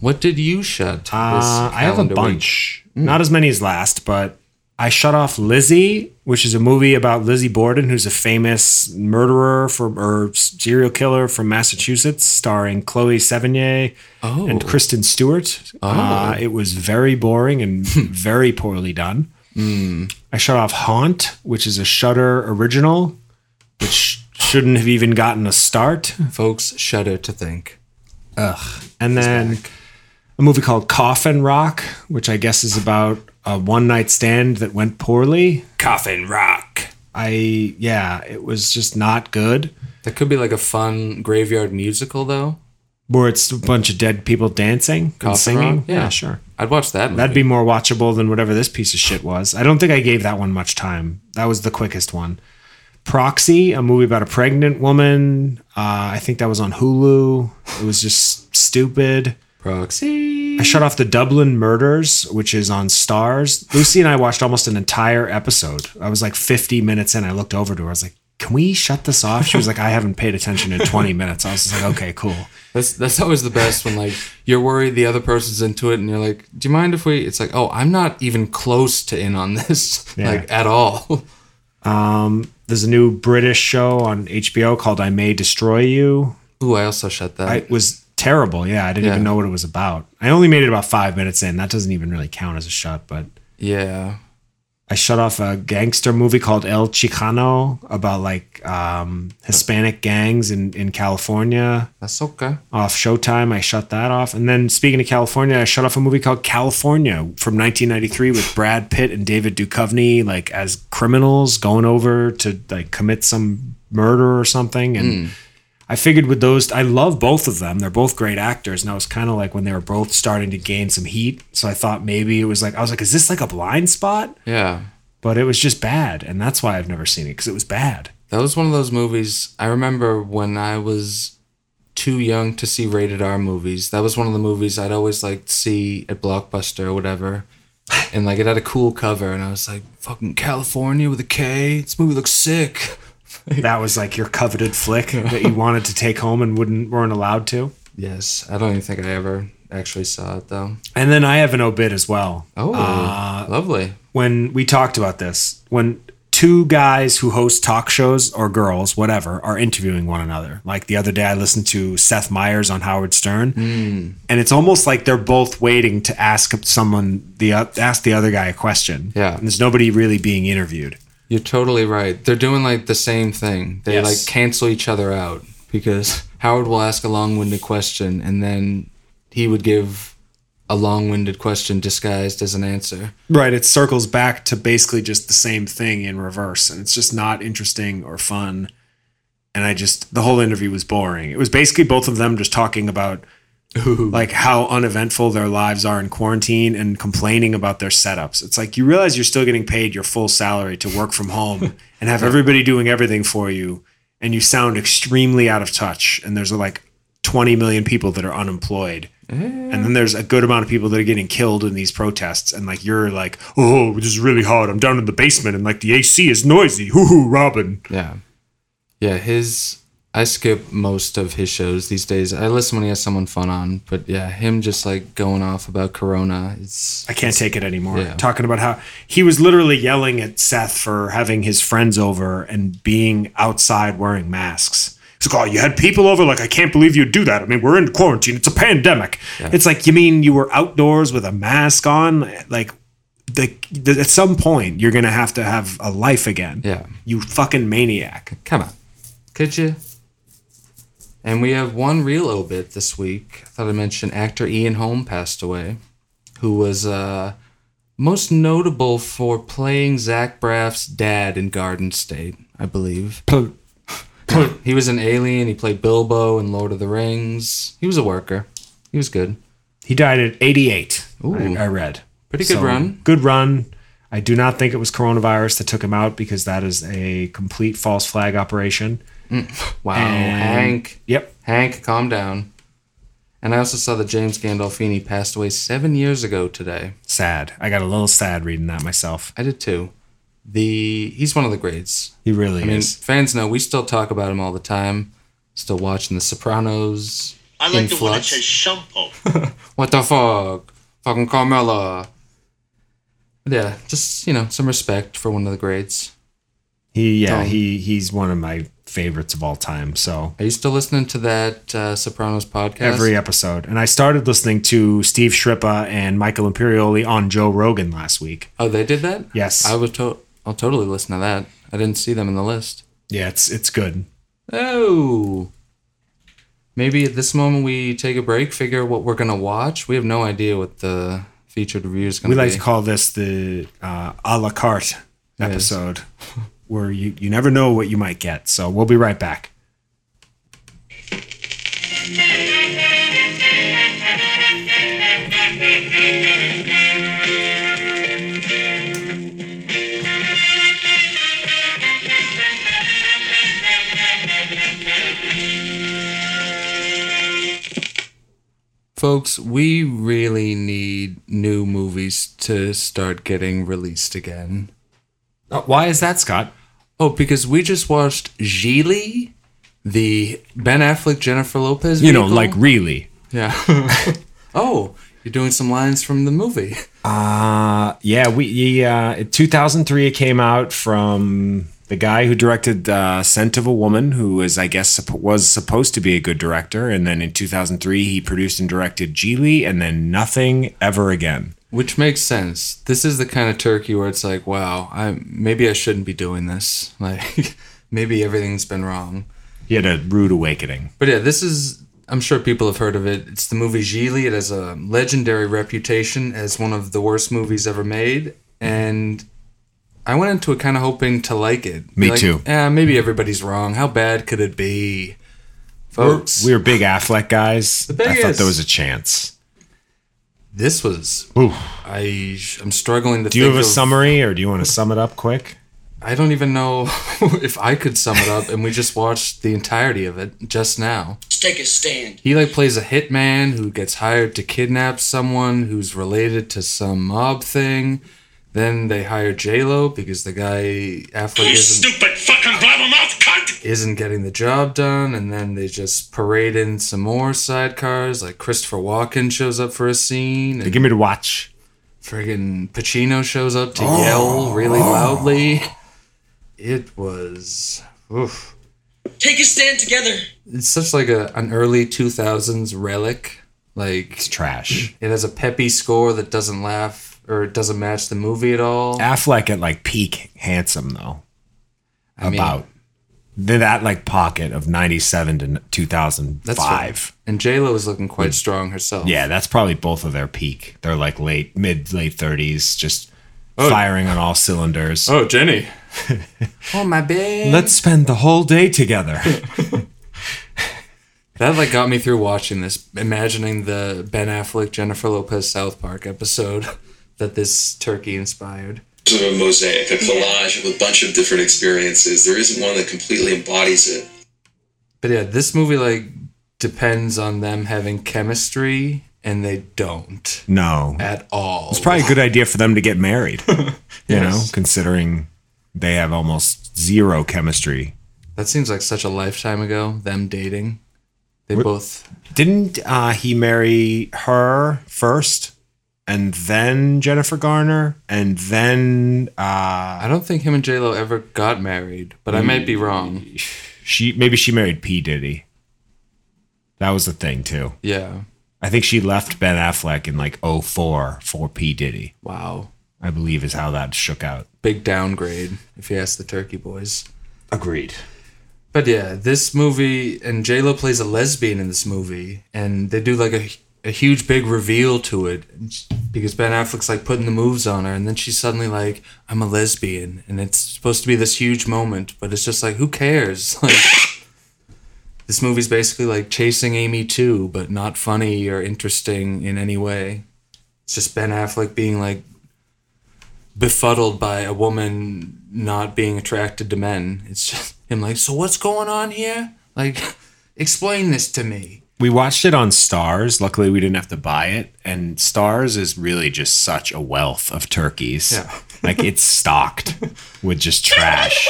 S4: what did you shut this
S5: Uh, I have a
S4: calendar week?
S5: bunch. Not as many as last, but I shut off Lizzie, which is a movie about Lizzie Borden, who's a famous murderer from or serial killer from Massachusetts, starring Chloe Sevigny
S4: oh
S5: and Kristen Stewart. Uh, it was very boring and
S4: Hmm.
S5: very poorly done. I shut off Haunt, which is a Shutter original, which shouldn't have even gotten a start.
S4: folks shudder to think
S5: And then a movie called Coffin Rock, which I guess is about a one night stand that went poorly.
S7: Coffin Rock.
S5: I, yeah, it was just not good.
S4: That could be like a fun graveyard musical, though.
S5: Where it's a bunch of dead people dancing and
S4: Coffin
S5: singing.
S4: Rock?
S5: Yeah.
S4: Yeah.
S5: sure.
S4: I'd watch that. Movie.
S5: That'd be more watchable than whatever this piece of shit was. I don't think I gave that one much time. That was the quickest one. Proxy, a movie about a pregnant woman. Uh, I think that was on Hulu. It was just stupid.
S4: proxy.
S5: I shut off the Dublin Murders, which is on Stars. Lucy and I watched almost an entire episode. I was like 50 minutes in. I looked over to her. I was like, "Can we shut this off?" She was like, "I haven't paid attention in 20 minutes." I was just like, "Okay, cool."
S4: That's that's always the best when like you're worried the other person's into it, and you're like, "Do you mind if we?" It's like, "Oh, I'm not even close to in on this,
S5: Yeah.
S4: like at all."
S5: There's a new British show on HBO called "I May Destroy You."
S4: Ooh, I also shut that.
S5: It was terrible. Yeah, I didn't
S4: Yeah.
S5: even know what it was about. I only made it about five minutes in. That doesn't even really count as a shot, but
S4: yeah,
S5: I shut off a gangster movie called El Chicano about like um, Hispanic gangs in, in California.
S4: that's okay.
S5: off Showtime. I shut that off. And then speaking of California, I shut off a movie called California from 1993 with Brad Pitt and David Duchovny, like as criminals going over to like commit some murder or something. And I figured with those, I love both of them. They're both great actors, and I was kind of like when they were both starting to gain some heat. So I thought maybe it was like I was like, is this like a blind spot?
S4: Yeah.
S5: But it was just bad, and that's why I've never seen it because it was bad.
S4: That was one of those movies I remember when I was too young to see rated R movies. That was one of the movies I'd always like see at Blockbuster or whatever. And like it had a cool cover and I was like, fucking California with a K. This movie looks sick.
S5: That was like your coveted flick that you wanted to take home and wouldn't weren't allowed to.
S4: Yes. I don't even think I ever actually saw it though.
S5: And then I have an obit as well. Uh,
S4: Oh lovely.
S5: when we talked about this, when two guys who host talk shows or girls, whatever, are interviewing one another. Like the other day, I listened to Seth Meyers on Howard Stern,
S4: Hmm.
S5: and it's almost like they're both waiting to ask someone the uh, ask the other guy a question.
S4: Yeah.
S5: and there's nobody really being interviewed.
S4: You're totally right. They're doing like the same thing. They
S5: Yes.
S4: like cancel each other out because Howard will ask a long-winded question and then he would give a long-winded question disguised as an answer.
S5: Right, it circles back to basically just the same thing in reverse, and it's just not interesting or fun. And I just the whole interview was boring. It was basically both of them just talking about like how uneventful their lives are in quarantine and complaining about their setups. It's like you realize you're still getting paid your full salary to work from home and have everybody doing everything for you, and you sound extremely out of touch. And there's like 20 million people that are unemployed. And then there's a good amount of people that are getting killed in these protests. And like, you're like, oh, this is really hard. I'm down in the basement and like the AC is noisy. Hoo hoo, Robin.
S4: Yeah. Yeah, his I skip most of his shows these days. I listen when he has someone fun on, but yeah, him just like going off about corona, it's
S5: I can't take it anymore.
S4: Yeah.
S5: Talking about how he was literally yelling at Seth for having his friends over and being outside wearing masks. He's like, oh, you had people over? Like, I can't believe you'd do that. I mean, we're in quarantine. It's a pandemic. It's like, you mean you were outdoors with a mask on? Like, the, the, at some point, you're going to have to have a life again.
S4: yeah.
S5: You fucking maniac.
S4: Come on. Could you? And we have one real obit this week. I thought I'd mention actor Ian Holm passed away, who was uh, most notable for playing Zach Braff's dad in Garden State, I believe. he was an alien. He played Bilbo in Lord of the Rings. He was a worker. He was good.
S5: He died at 88.
S4: Ooh.
S5: I, I read.
S4: Pretty good
S5: So,
S4: run.
S5: Good run. I do not think it was coronavirus that took him out because that is a complete false flag operation.
S4: Wow,
S5: And-
S4: Hank.
S5: Yep.
S4: Hank, calm down. And I also saw that James Gandolfini passed away seven years ago today.
S5: Sad. I got a little sad reading that myself.
S4: I did too. The he's one of the greats.
S5: He really
S4: I mean,
S5: is.
S4: fans know we still talk about him all the time. Still watching The Sopranos.
S8: I like the one that
S4: Influx.
S8: says shampoo.
S4: What the fuck, fucking Carmella. But yeah, just you know, some respect for one of the greats.
S5: He yeah,
S4: Tom.
S5: he he's one of my favorites of all time. So
S4: Are you still listening to that uh, Sopranos podcast?
S5: every episode. And I started listening to Steve Shrippa and Michael Imperioli on Joe Rogan last week.
S4: oh, they did that.
S5: Yes.
S4: I was. To- I'll totally listen to that. I didn't see them in the list.
S5: Yeah, it's it's good.
S4: Oh. Maybe at this moment we take a break, figure out what we're gonna watch. We have no idea what the featured review is gonna
S5: We
S4: be.
S5: like to call this the uh, a la carte episode, where you, you never know what you might get. So we'll be right back.
S4: Folks, we really need new movies to start getting released again.
S5: Uh, why is that, Scott?
S4: Oh, because we just watched Gigli, the Ben Affleck Jennifer Lopez.
S5: You know,
S4: vehicle.
S5: like really.
S4: yeah. oh, you're doing some lines from the movie.
S5: Uh, yeah, we yeah. In 2003, it came out from the guy who directed uh, *Scent of a Woman*, who is, I guess, supp- was supposed to be a good director, and then in 2003, he produced and directed *Geely*, and then nothing ever again.
S4: Which makes sense. This is the kind of turkey where it's like, wow, I maybe I shouldn't be doing this. Like maybe everything's been wrong.
S5: He had a rude awakening.
S4: But yeah, this is I'm sure people have heard of it. It's the movie Gigli. It has a legendary reputation as one of the worst movies ever made and I went into it kind of hoping to like eh, it. Be
S5: Me
S4: like,
S5: too.
S4: Yeah, maybe everybody's wrong. How bad could it be? folks.
S5: We were big Affleck guys.
S4: big
S5: I thought
S4: is-
S5: there was a chance.
S4: this was
S5: Ooh.
S4: I. I'm struggling to.
S5: Do you
S4: think
S5: have a
S4: of,
S5: summary or do you want to sum it up quick?
S4: I don't even know if I could sum it up, and we just watched the entirety of it just now.
S10: Just take a stand.
S4: He like plays a hitman who gets hired to kidnap someone who's related to some mob thing. Then they hire J Lo because the guy Affleck
S2: You
S4: isn't
S2: stupid fucking blabbermouth cunt!
S4: isn't getting the job done, and then they just parade in some more sidecars. Like Christopher Walken shows up for a scene,
S5: They
S4: and
S5: give me the watch.
S4: friggin' Pacino shows up to
S5: Oh.
S4: yell really loudly. It was. Oof.
S10: Take a stand together.
S4: It's such like a an early two thousands relic. Like
S5: It's trash.
S4: It has a peppy score that doesn't laugh or it doesn't match the movie at all.
S5: Affleck at like peak handsome though.
S4: mean-
S5: About They're that like pocket of 97 to 2005.
S4: That's fair. And J Lo is looking quite strong herself.
S5: Mm. Yeah, that's probably both of their peak. They're like late, mid, late thirties, just firing on all cylinders.
S4: Oh, Jenny. oh my babe.
S5: Let's spend the whole day together.
S4: That like got me through watching this, imagining the Ben Affleck Jennifer Lopez South Park episode that this turkey inspired.
S8: Sort of a mosaic, a collage of a bunch of different experiences. There isn't one that completely embodies it.
S4: But yeah, this movie like depends on them having chemistry and they don't
S5: no,
S4: at all.
S5: it's probably a good idea for them to get married. You know, considering they have almost zero chemistry.
S4: that seems like such a lifetime ago, them dating. They both
S5: Didn't uh, he marry her first, and then Jennifer Garner, and then uh,
S4: I don't think him and J Lo ever got married, but I might be wrong.
S5: she? Maybe she married P Diddy. That was the thing too.
S4: Yeah.
S5: I think she left Ben Affleck in like 04 for P. Diddy,
S4: Wow.
S5: I believe is how that shook out.
S4: Big downgrade, if you ask the Turkey Boys.
S5: Agreed.
S4: But yeah, this movie and J Lo plays a lesbian in this movie, and they do like a a huge big reveal to it because Ben Affleck's like putting the moves on her, and then she's suddenly like, "I'm a lesbian," and it's supposed to be this huge moment, but it's just like, who cares? Like. This movie's basically like chasing Amy too, but not funny or interesting in any way. It's just Ben Affleck being like befuddled by a woman not being attracted to men. It's just him like, so what's going on here? Like, explain this to me.
S5: We watched it on Stars. Luckily, we didn't have to buy it. And Stars is really just such a wealth of turkeys.
S4: Yeah.
S5: like it's stocked with just trash.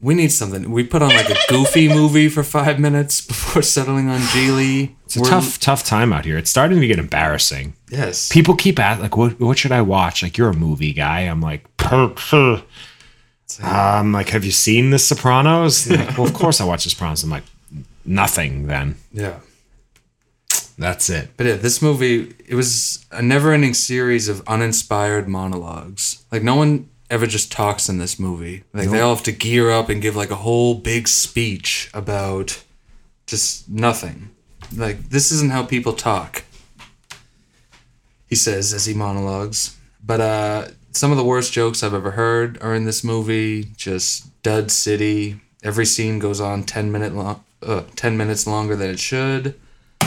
S4: We need something. We put on like a goofy movie for five minutes before settling on Geely.
S5: It's a tough, tough time out here. It's starting to get embarrassing.
S4: Yes.
S5: People keep asking, like, what, what should I watch? Like, you're a movie guy. I'm like, I'm like, have you seen The Sopranos? They're Like, well, of course I watch The Sopranos. I'm like, nothing then.
S4: Yeah.
S5: That's it.
S4: But yeah, this movie, it was a never ending series of uninspired monologues. Like, no one ever just talks in this movie. Like, they all have to gear up and give, like, a whole big speech about just nothing. Like, this isn't how people talk, he says as he monologues. But uh, some of the worst jokes I've ever heard are in this movie. Just dud city. Every scene goes on 10, minute long, uh, 10 minutes longer than it should.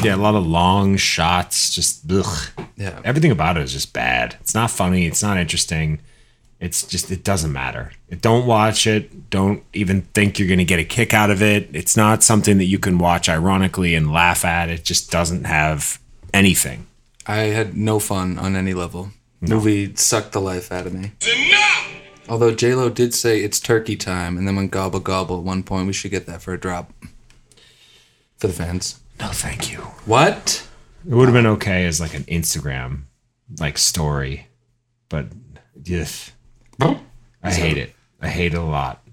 S5: Yeah, a lot of long shots. Just ugh.
S4: Yeah.
S5: Everything about it is just bad. It's not funny. It's not interesting. It's just it doesn't matter. Don't watch it. Don't even think you're gonna get a kick out of it. It's not something that you can watch ironically and laugh at. It just doesn't have anything.
S4: I had no fun on any level. Movie sucked the life out of me.
S2: Enough!
S4: Although J Lo did say it's turkey time, and then when gobble gobble at one point, we should get that for a drop for the fans.
S5: No, thank you.
S4: What?
S5: It would have been okay as like an Instagram like story, but ugh. I hate it. I hate it a lot.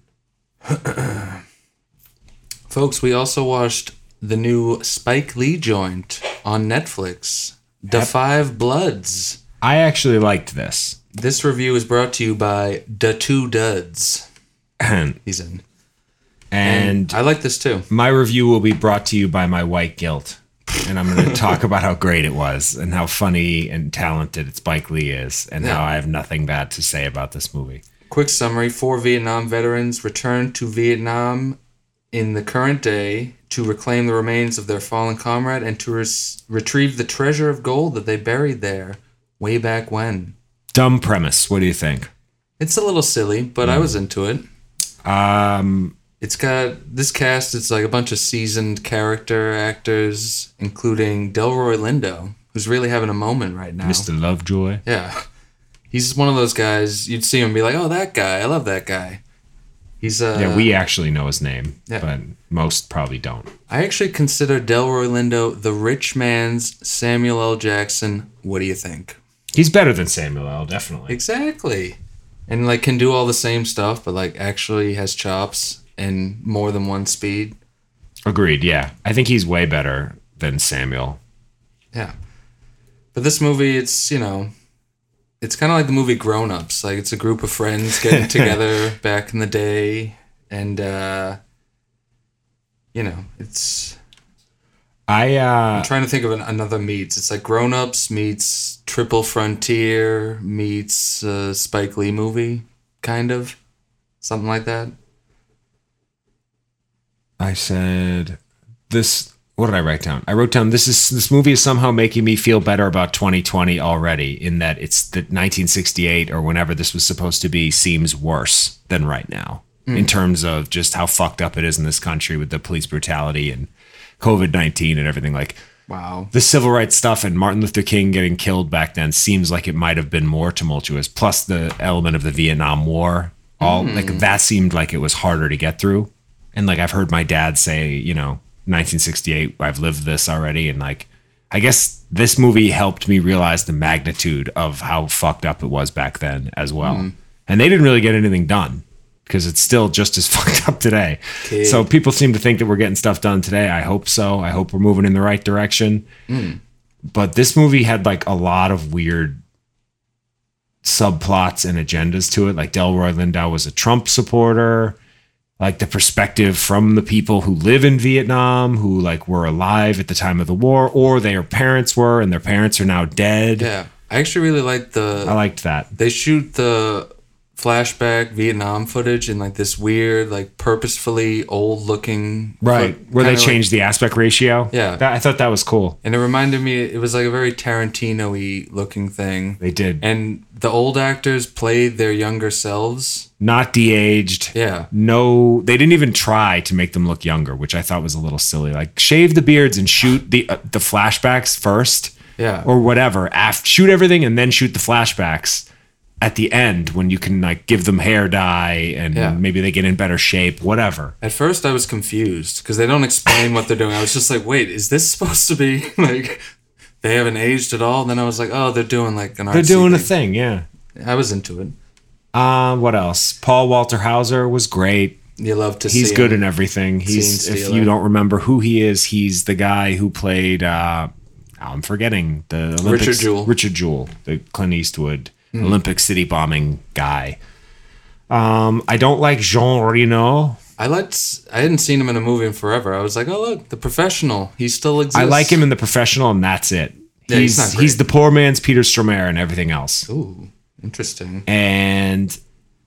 S4: Folks, we also watched the new Spike Lee joint on Netflix, The Five Bloods.
S5: I actually liked this.
S4: This review is brought to you by Da Two Duds.
S5: and
S4: He's in.
S5: and
S4: I like this too.
S5: my review will be brought to you by my white guilt. And I'm going to talk about how great it was and how funny and talented Spike Lee is and how I have nothing bad to say about this movie.
S4: Quick summary Four Vietnam veterans return to Vietnam in the current day to reclaim the remains of their fallen comrade and to res- retrieve the treasure of gold that they buried there way back when.
S5: Dumb premise. What do you think?
S4: It's a little silly, but I was
S5: Mm.
S4: into it.
S5: Um,
S4: It's got this cast. It's like a bunch of seasoned character actors, including Delroy Lindo, who's really having a moment right now.
S5: Mr. Lovejoy.
S4: Yeah, he's one of those guys you'd see him and be like, "Oh, that guy! I love that guy." He's uh,
S5: yeah, we actually know his name,
S4: Yeah.
S5: but most probably don't.
S4: I actually consider Delroy Lindo the rich man's Samuel L. Jackson. What do you think?
S5: He's better than Samuel L. Definitely.
S4: Exactly. And like can do all the same stuff, but like actually has chops and more than one speed.
S5: Agreed. Yeah, I think he's way better than Samuel.
S4: Yeah. But this movie, it's, you know, it's kind of like the movie Grown Ups. Like, it's a group of friends getting together back in the day. And, uh, you know, it's.
S5: I uh,
S4: I'm trying to think of an, another meets. It's like Grown Ups meets Triple Frontier meets uh, Spike Lee movie, kind of. Something like that.
S5: I said this. What did I write down? I wrote down this is this movie is somehow making me feel better about 2020 already. In that it's that 1968 or whenever this was supposed to be seems worse than right now in terms of just how fucked up it is in this country with the police brutality and COVID 19 and everything. Like
S4: Wow.
S5: the civil rights stuff and Martin Luther King getting killed back then seems like it might have been more tumultuous. Plus the element of the Vietnam War, all like that seemed like it was harder to get through. And like I've heard my dad say, you know, 1968, I've lived this already, and like I guess this movie helped me realize the magnitude of how fucked up it was back then as well. And they didn't really get anything done because it's still just as fucked up today. So people seem to think that we're getting stuff done today. I hope so. I hope we're moving in the right direction. But this movie had like a lot of weird subplots and agendas to it. Like Delroy Lindau was a Trump supporter. Like the perspective from the people who live in Vietnam, who like were alive at the time of the war, or their parents were, and their parents are now dead.
S4: Yeah. I actually really like the.
S5: I liked that.
S4: they shoot the flashback Vietnam footage in like this weird, like purposefully old looking
S5: Right.
S4: foot-
S5: Where they
S4: kinda like-
S5: changed the aspect ratio.
S4: Yeah.
S5: That, I thought that was cool.
S4: and it reminded me it was like a very Tarantino y looking thing.
S5: They did.
S4: And the old actors played their younger selves.
S5: Not de aged.
S4: Yeah.
S5: No, they didn't even try to make them look younger, which I thought was a little silly. Like shave the beards and shoot the uh, the flashbacks first,
S4: Yeah.
S5: or whatever. After shoot everything and then shoot the flashbacks at the end when you can like give them hair dye and
S4: Yeah.
S5: maybe they get in better shape, whatever.
S4: At first I was confused because they don't explain what they're doing. I was just like, wait, is this supposed to be like they haven't aged at all? Then I was like, oh, they're doing like an
S5: They're
S4: artsy
S5: doing a thing, yeah.
S4: I was into it.
S5: Uh, what else? Paul Walter Hauser was great.
S4: You love to see
S5: he's good
S4: him.
S5: in everything. He's
S4: Scene
S5: if
S4: stealer.
S5: you don't remember who he is, he's the guy who played uh I'm forgetting the Olympics,
S4: Richard Jewell. Hmm.
S5: Richard Jewell, the Clint Eastwood Olympic City bombing guy. Um, I don't like Jean Reno.
S4: I liked. I hadn't seen him in a movie in forever. I was like, oh look, the professional. He still exists.
S5: I like him in the professional, and that's it.
S4: Yeah,
S5: he's
S4: he's
S5: he's,
S4: not great.
S5: the poor man's Peter Stormare and everything else.
S4: Ooh, interesting.
S5: And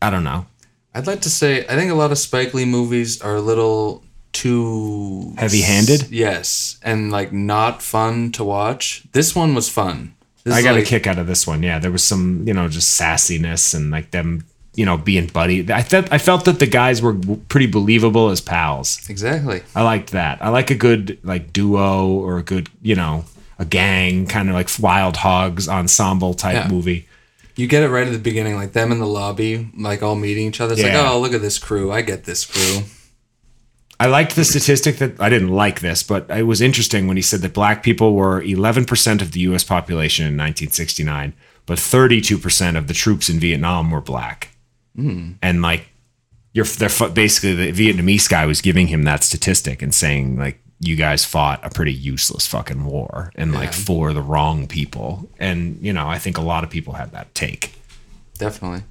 S5: I don't know,
S4: I'd like to say I think a lot of Spike Lee movies are a little too
S5: Heavy-handed?
S4: Yes, and like not fun to watch. This one was fun. This
S5: I
S4: is
S5: got
S4: like-
S5: a kick out of this one. Yeah, there was some, you know, just sassiness and like them, you know, being buddy. I felt I felt that the guys were w- pretty believable as pals.
S4: Exactly.
S5: I liked that. I like a good like duo or a good, you know, a gang kind of like wild hogs ensemble type
S4: Yeah.
S5: movie.
S4: You get it right at the beginning, like them in the lobby, like all meeting each other. It's like,
S5: Yeah.
S4: oh, look at this crew. I get this crew.
S5: I liked the statistic that I didn't like this, but it was interesting when he said that black people were 11% of the US population in 1969, but 32% of the troops in Vietnam were black. And like, you're, they're fu- basically the Vietnamese guy was giving him that statistic and saying, like, you guys fought a pretty useless fucking war and like for the wrong people. And, you know, I think a lot of people had that take.
S4: Definitely.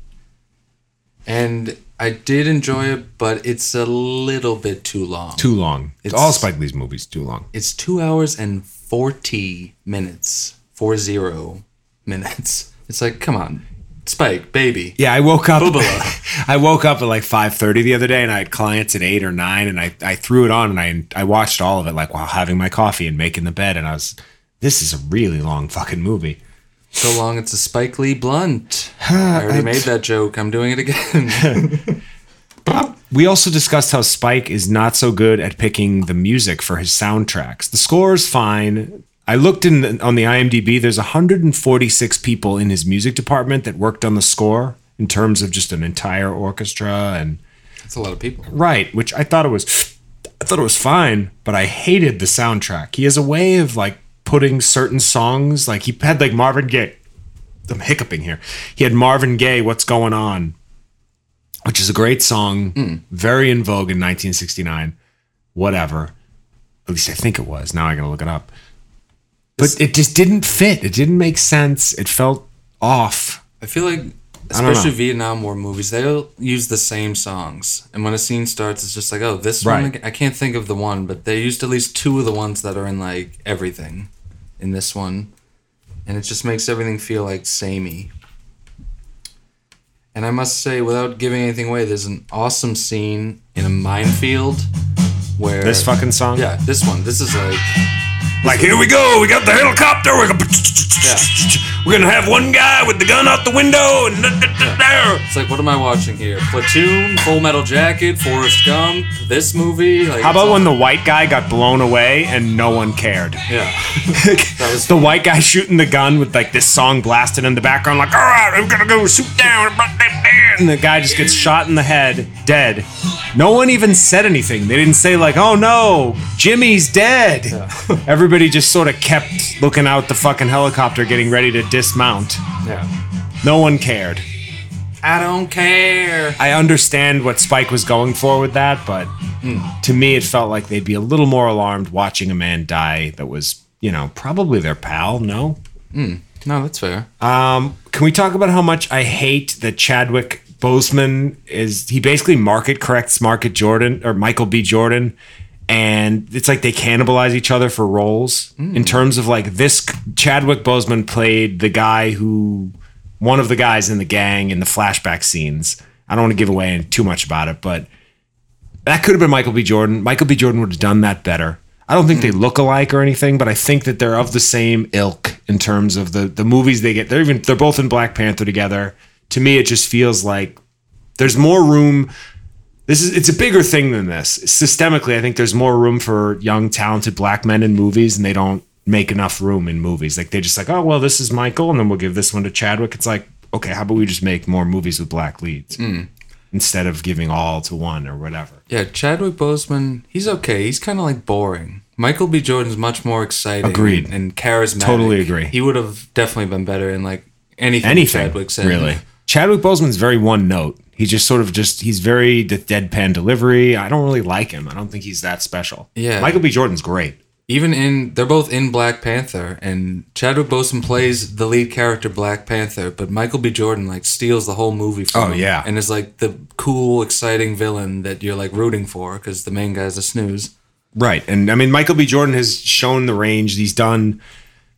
S4: And I did enjoy it, but it's a little bit too long.
S5: Too long. It's
S4: It's-
S5: all Spike Lee's movies, too long.
S4: It's two hours and 40 minutes. Four zero minutes. It's like, come on. Spike, baby.
S5: Yeah, I woke up.
S4: Bubala.
S5: I woke up at like five thirty the other day, and I had clients at eight or nine, and I, I threw it on, and I I watched all of it like while having my coffee and making the bed, and I was, this is a really long fucking movie.
S4: So long it's a Spike Lee blunt. I already made that joke. I'm doing it again.
S5: We also discussed how Spike is not so good at picking the music for his soundtracks. The score is fine. I looked in the, on the IMDb. There's 146 people in his music department that worked on the score in terms of just an entire orchestra and
S4: That's a lot of people.
S5: right which i thought it was i thought it was fine but i hated the soundtrack he has a way of like putting certain songs like he had like marvin gaye i'm hiccuping here he had marvin gaye what's going on which is a great song very in vogue in 1969 whatever at least i think it was now i gotta look it up but it just didn't fit it didn't make sense it felt off
S4: I feel like,
S5: know.
S4: especially Vietnam War movies, they'll use the same songs. And when a scene starts, it's just like, oh, this
S5: Right.
S4: one, again- I can't think of the one, but they used at least two of the ones that are in like everything in this one. And it just makes everything feel like samey. And I must say, without giving anything away, there's an awesome scene in a minefield where.
S5: this fucking song
S4: Yeah, this one. This is like.
S5: Like, here we go. We got the helicopter. We're gonna, we're gonna have one guy with the gun out the window. And
S4: It's like, what am I watching here? Platoon, Full Metal Jacket, Forrest Gump, this movie. Like, it's
S5: How about
S4: all-
S5: when the white guy got blown away and no one cared?
S4: Yeah, that was
S5: the white guy shooting the gun with like this song blasting in the background, like, all right, I'm gonna go shoot down. And the guy just gets shot in the head, dead. No one even said anything. They didn't say, like, oh no, Jimmy's dead. Everybody just sort of kept looking out the fucking helicopter, getting ready to dismount.
S4: yeah.
S5: No one cared.
S4: I don't care.
S5: I understand what Spike was going for with that, but
S4: Hmm.
S5: to me, it felt like they'd be a little more alarmed watching a man die that was, you know, probably their pal. No.
S4: No, that's fair. Uh,
S5: Um, can we talk about how much I hate that Chadwick Boseman is? He basically market corrects Market Jordan or Michael B. Jordan, and it's like they cannibalize each other for roles in terms of like this. Chadwick Boseman played the guy who one of the guys in the gang in the flashback scenes. I don't want to give away too much about it, but that could have been Michael B. Jordan. Michael B. Jordan would have done that better. I don't think they look alike or anything, but I think that they're of the same ilk in terms of the the movies they get. They're even they're both in Black Panther together. To me, it just feels like there's more room. This is it's a bigger thing than this. Systemically, I think there's more room for young, talented black men in movies, and they don't make enough room in movies. Like they just like, oh well, this is Michael, and then we'll give this one to Chadwick. It's like, okay, how about we just make more movies with black leads instead of giving all to one or whatever.
S4: Yeah, Chadwick Boseman, he's okay. He's kind of like boring. Michael B. Jordan's much more exciting.
S5: Agreed.
S4: And charismatic.
S5: Totally agree.
S4: He would have definitely been better in like anything,
S5: anything
S4: Chadwick said.
S5: really. Chadwick Boseman's very one note. He just sort of just he's very the deadpan delivery. I don't really like him. I don't think he's that special.
S4: Yeah.
S5: Michael B. Jordan's great.
S4: Even in they're both in Black Panther, and Chadwick Boseman plays the lead character Black Panther, but Michael B. Jordan like steals the whole movie from
S5: Oh,
S4: him
S5: yeah.
S4: and is like the cool, exciting villain that you're like rooting for because the main guy's a snooze.
S5: Right. And I mean Michael B. Jordan has shown the range. He's done,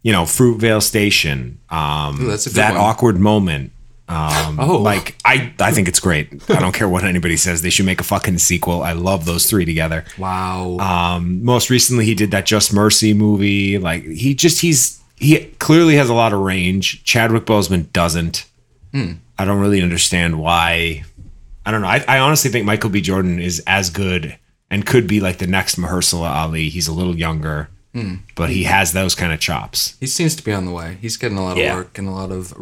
S5: you know, Fruitvale Station. Um
S4: Ooh, that's a good
S5: that
S4: one.
S5: awkward moment. Um
S4: Oh.
S5: like I I think it's great. I don't care what anybody says. They should make a fucking sequel. I love those three together.
S4: Wow,
S5: Um, most recently, he did that Just Mercy movie. Like he just he's he clearly has a lot of range. Chadwick Boseman doesn't. I don't really understand why. I don't know. I, I honestly think Michael B. Jordan is as good and could be like the next Mahershala Ali. He's a little younger, but he has those kind of chops.
S4: he seems to be on the way. He's getting a lot
S5: Yeah.
S4: of work and a lot of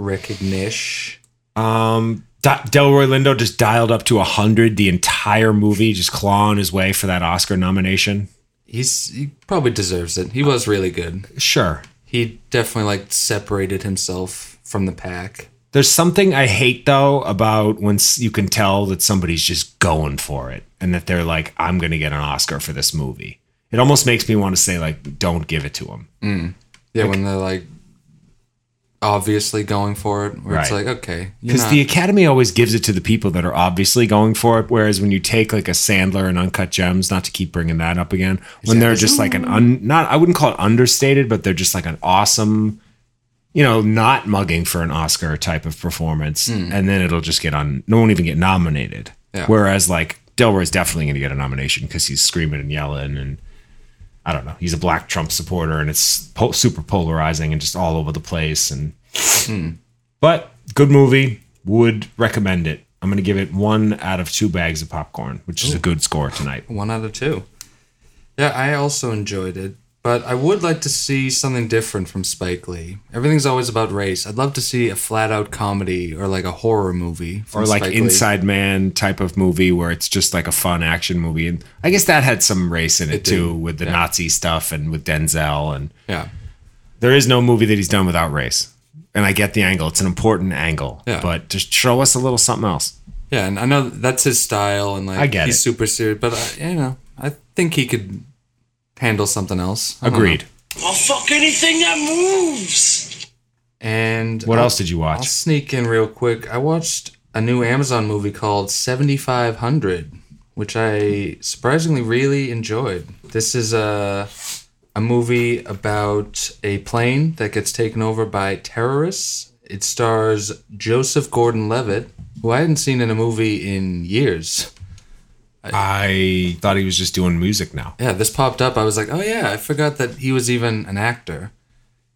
S4: recognition.
S5: Um, Di- Delroy Lindo just dialed up to hundred the entire movie, just clawing his way for that Oscar nomination.
S4: He's he probably deserves it. He was really good.
S5: Sure,
S4: He definitely like separated himself from the pack.
S5: There's something I hate though about when s- you can tell that somebody's just going for it and that they're like, I'm going to get an Oscar for this movie. It almost makes me want to say, like, don't give it to him.
S4: Yeah, when they're like obviously going for it, where it's
S5: Right.
S4: like, okay, you're
S5: Because
S4: not-
S5: the Academy always gives it to the people that are obviously going for it. Whereas when you take like a Sandler and Uncut Gems, not to keep bringing that up again, when they're just like an, un, not, I wouldn't call it understated, but they're just like an awesome you know, not mugging for an Oscar type of performance, and then it'll just get on. No one even get nominated.
S4: Yeah.
S5: Whereas like Delroy's definitely going to get a nomination because he's screaming and yelling, and I don't know, he's a black Trump supporter, and it's po- super polarizing and just all over the place. And but good movie, would recommend it. I'm going to give it one out of two bags of popcorn, which is a good score tonight.
S4: One out of two. Yeah, I also enjoyed it, but I would like to see something different from Spike Lee. Everything's always about race. I'd love to see a flat out comedy or like a horror movie. from
S5: or like
S4: Spike Lee.
S5: Inside Man type of movie where it's just like a fun action movie. And I guess that had some race in it,
S4: It did,
S5: too, with the Nazi stuff and with Denzel. And
S4: Yeah.
S5: there is no movie that he's done without race. And I get the angle; it's an important angle.
S4: Yeah.
S5: But just show us a little something else.
S4: Yeah, and I know that's his style and like
S5: I get
S4: he's
S5: it.
S4: super serious, but I, you know, I think he could handle something else. I don't
S5: Agreed.
S4: know.
S2: I'll fuck anything that moves.
S4: And
S5: What
S4: I'll-
S5: else did you watch?
S4: I'll sneak in real quick. I watched a new Amazon movie called 7500, which I surprisingly really enjoyed. This is a a movie about a plane that gets taken over by terrorists. It stars Joseph Gordon-Levitt, who I hadn't seen in a movie in years.
S5: I thought he was just doing music now.
S4: Yeah, this popped up. I was like, oh yeah, I forgot that he was even an actor.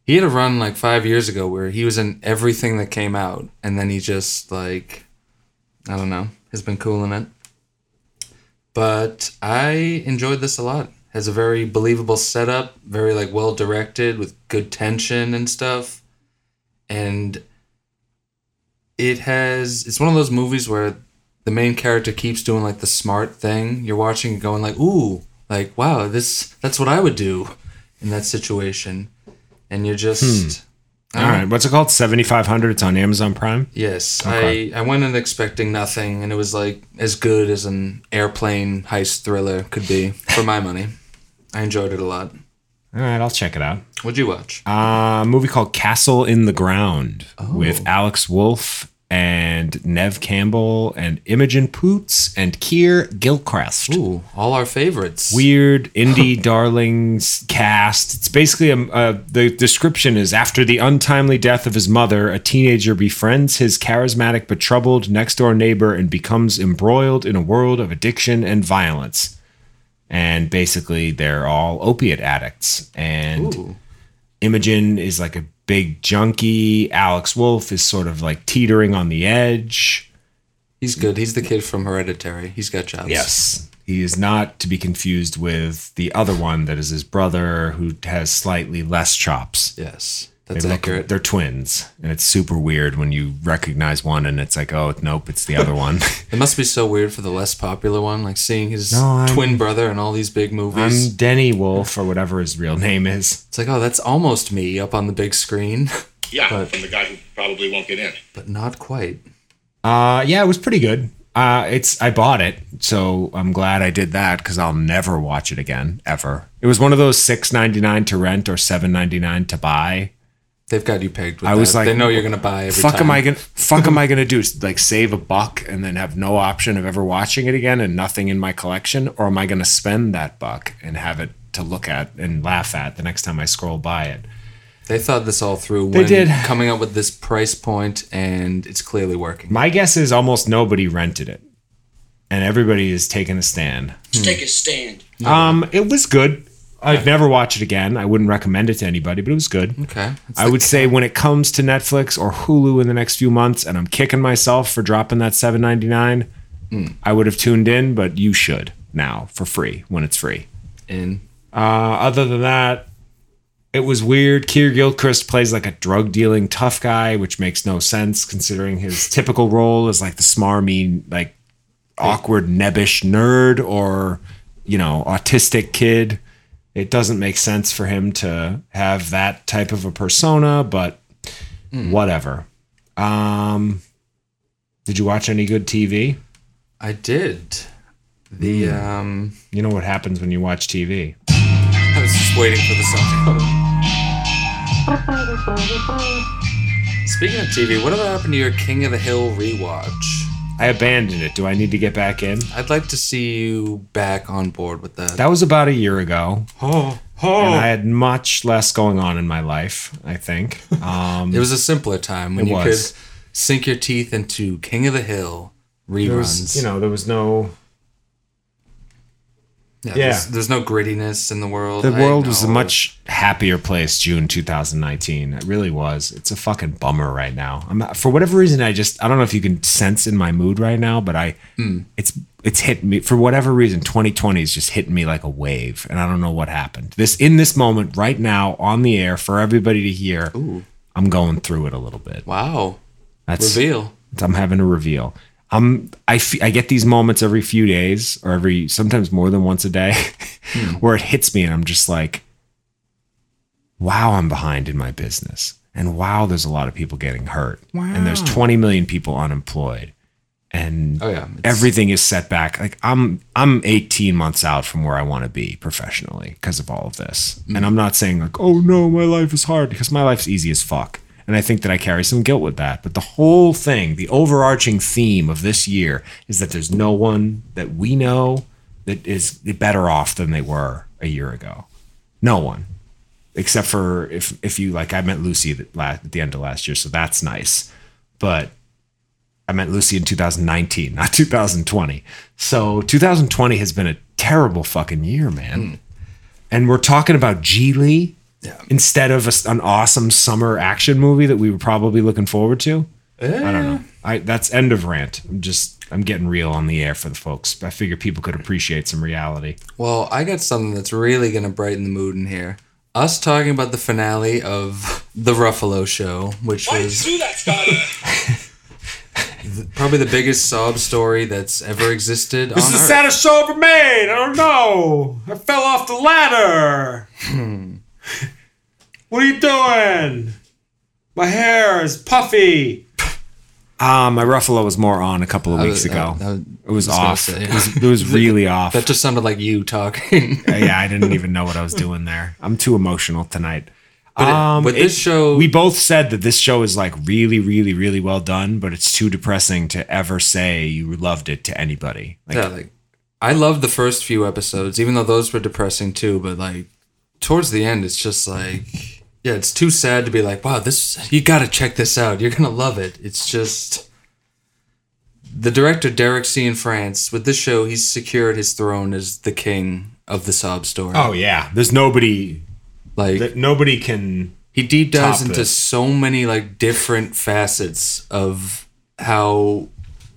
S4: He had a run like five years ago where he was in everything that came out, and then he just like, I don't know, has been cool in it. But I enjoyed this a lot. Has a very believable setup, very like well directed with good tension and stuff, and it has. It's one of those movies where the main character keeps doing like the smart thing. You're watching and going like, ooh, like wow, this that's what I would do in that situation. And you're just I
S5: Hmm. All
S4: don't
S5: right.
S4: know.
S5: What's it called? 7500. It's on Amazon Prime.
S4: Yes.
S5: Okay.
S4: I, I went in expecting nothing and it was like as good as an airplane heist thriller could be for my money. I enjoyed it a lot.
S5: All right. I'll check it out.
S4: What'd you watch?
S5: Uh, a movie called Castle in the Ground
S4: Oh.
S5: with Alex Wolf and Nev Campbell and Imogen Poots and Keir Gilchrist.
S4: Ooh, all our favorites.
S5: Weird indie darlings cast. It's basically a, a, the description is after the untimely death of his mother, a teenager befriends his charismatic but troubled next door neighbor and becomes embroiled in a world of addiction and violence. And basically, they're all opiate addicts. And
S4: Ooh.
S5: Imogen is like a big junkie. Alex Wolf is sort of like teetering on the edge.
S4: He's good. He's the kid from Hereditary. He's got chops.
S5: He is not to be confused with the other one that is his brother who has slightly less chops.
S4: Yes. That's
S5: They look-
S4: accurate.
S5: they're twins. And it's super weird when you recognize one and it's like, oh, nope, it's the other one.
S4: It must be so weird for the less popular one, like seeing his
S5: No, I'm-
S4: twin brother in all these big movies.
S5: I'm Denny Wolf or whatever his real name is.
S4: It's like, oh, that's almost me up on the big screen,
S11: Yeah,
S4: But-
S11: from the guy who probably won't get in.
S4: but not quite.
S5: Uh, yeah, it was pretty good. Uh, it's I bought it, so I'm glad I did that because I'll never watch it again ever. It was one of those six ninety nine to rent or seven ninety nine to buy.
S4: They've got you pegged. With
S5: I was
S4: that.
S5: like,
S4: they know you're gonna buy. Every
S5: fuck
S4: time.
S5: am I gonna fuck am I gonna do like save a buck and then have no option of ever watching it again and nothing in my collection, or am I gonna spend that buck and have it to look at and laugh at the next time I scroll by it?
S4: They thought this all through.
S5: They
S4: when
S5: did.
S4: coming up with this price point, and it's clearly working.
S5: My guess is almost nobody rented it, and everybody is taking a stand.
S2: Just take a stand.
S5: Um, it was good. I'd never watch it again. I wouldn't recommend it to anybody, but it was good.
S4: Okay, It's
S5: I
S4: like-
S5: would say when it comes to Netflix or Hulu in the next few months, and I'm kicking myself for dropping that seven ninety nine,
S4: Hmm.
S5: I would have tuned in, but you should now for free when it's free.
S4: in.
S5: Uh, other than that, it was weird. Keir Gilchrist plays like a drug dealing tough guy, which makes no sense considering his typical role is like the smarmy, like awkward, nebbish nerd or, you know, autistic kid. It doesn't make sense for him to have that type of a persona, but whatever. Um, did you watch any good TV?
S4: I did. The
S5: Hmm.
S4: um,
S5: You know what happens when you watch TV.
S4: I was just waiting for the song. Speaking of TV, whatever happened to your King of the Hill rewatch?
S5: I abandoned it. Do I need to get back in?
S4: I'd like to see you back on board with that.
S5: That was about a year ago.
S4: oh,
S5: And I had much less going on in my life, I think. Um,
S4: It was a simpler time when
S5: It
S4: you
S5: was.
S4: could sink your teeth into King of the Hill
S5: there
S4: reruns.
S5: was, you know, there was no.
S4: yeah,
S5: yeah.
S4: There's, there's no grittiness in the world.
S5: The
S4: I
S5: world was a
S4: know.
S5: much happier place June 2019. It really was. It's a fucking bummer right now. I'm for whatever reason I just I don't know if you can sense in my mood right now, but I
S4: Hmm.
S5: it's it's hitting me for whatever reason 2020 is just hitting me like a wave and I don't know what happened. This in this moment right now on the air for everybody to hear. I'm going through it a little bit.
S4: wow
S5: That's
S4: reveal.
S5: I'm having a reveal. I'm I fe- I get these moments every few days or every sometimes more than once a day where it hits me and I'm just like wow, I'm behind in my business. And wow, there's a lot of people getting hurt. And there's 20 million people unemployed. And
S4: Oh, yeah. It's-
S5: everything is set back. Like I'm I'm 18 months out from where I want to be professionally because of all of this.
S4: Mm-hmm.
S5: And I'm not saying like, "Oh no, my life is hard" because my life's easy as fuck. And I think that I carry some guilt with that. But the whole thing, the overarching theme of this year is that there's no one that we know that is better off than they were a year ago. No one except for if if you like I met Lucy at la- at the end of last year, so that's nice. But I met Lucy in 2019, not 2020. So 2020 has been a terrible fucking year, man. And we're talking about Geely instead of a s an awesome summer action movie that we were probably looking forward to. I don't know. I that's end of rant. I'm just I'm getting real on the air for the folks. I figure people could appreciate some reality.
S4: Well, I got something that's really going to brighten the mood in here. Us talking about the finale of The Ruffalo Show, which
S8: Why did
S4: was
S8: you do that, Scotty?
S4: probably the biggest sob story that's ever existed on
S12: This is
S4: Earth.
S12: the saddest show ever made. I don't know. I fell off the ladder.
S5: Hmm.
S12: what are you doing? My hair is puffy.
S5: Uh, my Ruffalo was more on a couple of
S4: I
S5: weeks
S4: was- uh,
S5: ago.
S4: I- I was- I
S5: it was
S4: was gonna
S5: off.
S4: say.
S5: It was, it was really off. Uh,
S4: That just sounded like you talking.
S5: yeah, I didn't even know what I was doing there. I'm too emotional tonight. Um,
S4: But it- with this show-
S5: we both said that this show is like really, really, really well done, but it's too depressing to ever say you loved it to anybody. Like,
S4: yeah, like I loved the first few episodes, even though those were depressing too. But like towards the end, it's just like, yeah, it's too sad to be like, wow, this you got to check this out. You're gonna love it. It's just the director Derek C. in France with this show, he's secured his throne as the king of the sob story.
S5: oh yeah, there's nobody
S4: like
S5: that nobody can.
S4: he deep dives
S5: Top
S4: into
S5: it.
S4: so many like different facets of how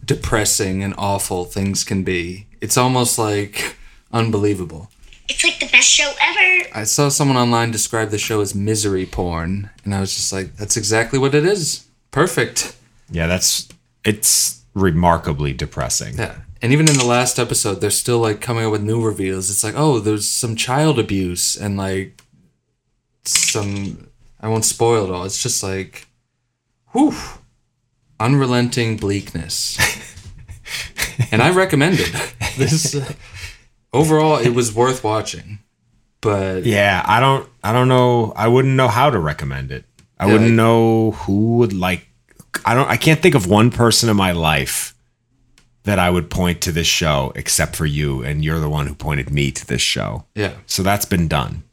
S4: depressing and awful things can be. It's almost like unbelievable.
S9: It's like the best show ever.
S4: I saw someone online describe the show as misery porn, and I was just like, that's exactly what it is. Perfect.
S5: Yeah, that's it's remarkably depressing.
S4: Yeah. And even in the last episode, they're still like coming up with new reveals. It's like, oh, there's some child abuse and like some. I won't spoil it all. It's just like, whew, unrelenting bleakness. and I recommend it. This uh, overall, it was worth watching. But
S5: Yeah, I don't I don't know I wouldn't know how to recommend it. I wouldn't
S4: like-
S5: know who would like I don't I can't think of one person in my life that I would point to this show except for you and you're the one who pointed me to this show.
S4: yeah,
S5: So that's been done.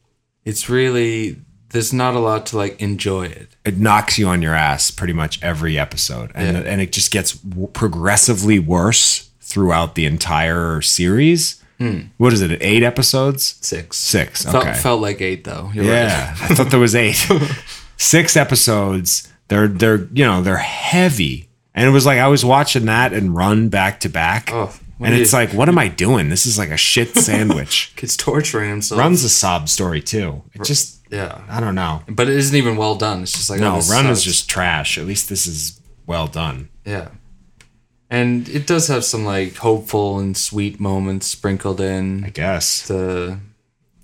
S4: it's really there's not a lot to like enjoy it.
S5: It knocks you on your ass pretty much every episode and
S4: Yeah.
S5: and it just gets w- progressively worse throughout the entire series. What is it? 8 episodes?
S4: Hmm. Six.
S5: 6. Okay.
S4: Felt, felt like eight though. You're
S5: Yeah,
S4: right.
S5: I thought there was eight, six episodes. They're they're you know they're heavy, and it was like I was watching that and run back to back,
S4: Oh, what
S5: and
S4: are
S5: it's
S4: you-
S5: like what am I doing? This is like a shit sandwich.
S4: Kids torturing himself.
S5: Run's a sob story too. It just
S4: Yeah.
S5: I don't know.
S4: But it isn't even well done. It's just like oh,
S5: No,
S4: this
S5: Run is
S4: sucks.
S5: just trash. At least this is well done.
S4: yeah, and it does have some like hopeful and sweet moments sprinkled in.
S5: I guess.
S4: The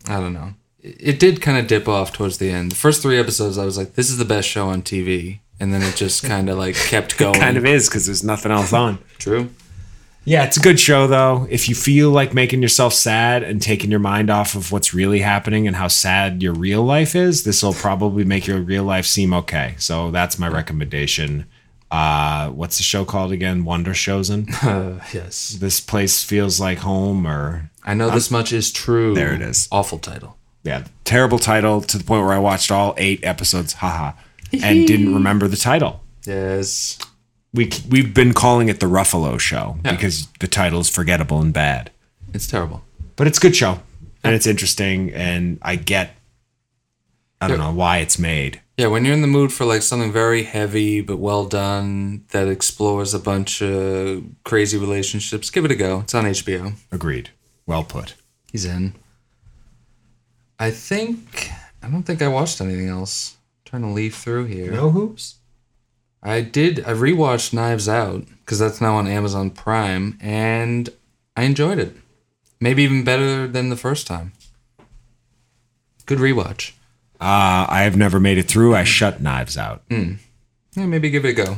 S4: I don't know. It it did kind of dip off towards the end. The first three episodes, I was like, "This is the best show on TV," and then it just kind of like kept going.
S5: Kind of is because there's nothing else on.
S4: true.
S5: Yeah, it's a good show though. If you feel like making yourself sad and taking your mind off of what's really happening and how sad your real life is, this will probably make your real life seem okay. So that's my recommendation. Uh, what's the show called again? Wonder Chosen.
S4: Yes,
S5: this place feels like home, or
S4: I know this much is true.
S5: There it is.
S4: Awful title.
S5: yeah, terrible title to the point where I watched all eight episodes, haha, and didn't remember the title.
S4: Yes.
S5: We we've been calling it the Ruffalo Show
S4: Yeah.
S5: because the title is forgettable and bad,
S4: It's terrible.
S5: but it's a good show and it's interesting, and I get. I don't know why it's made.
S4: Yeah, when you're in the mood for like something very heavy but well done that explores a bunch of crazy relationships, give it a go. It's on HBO.
S5: Agreed. Well put.
S4: He's in. I think I don't think I watched anything else. trying to leaf through here.
S5: hoops.
S4: I did. I rewatched Knives Out because that's now on Amazon Prime, and I enjoyed it. Maybe even better than the first time. Good rewatch.
S5: Uh, I have never made it through. I shut Knives Out.
S4: Mm. Yeah, maybe give it a go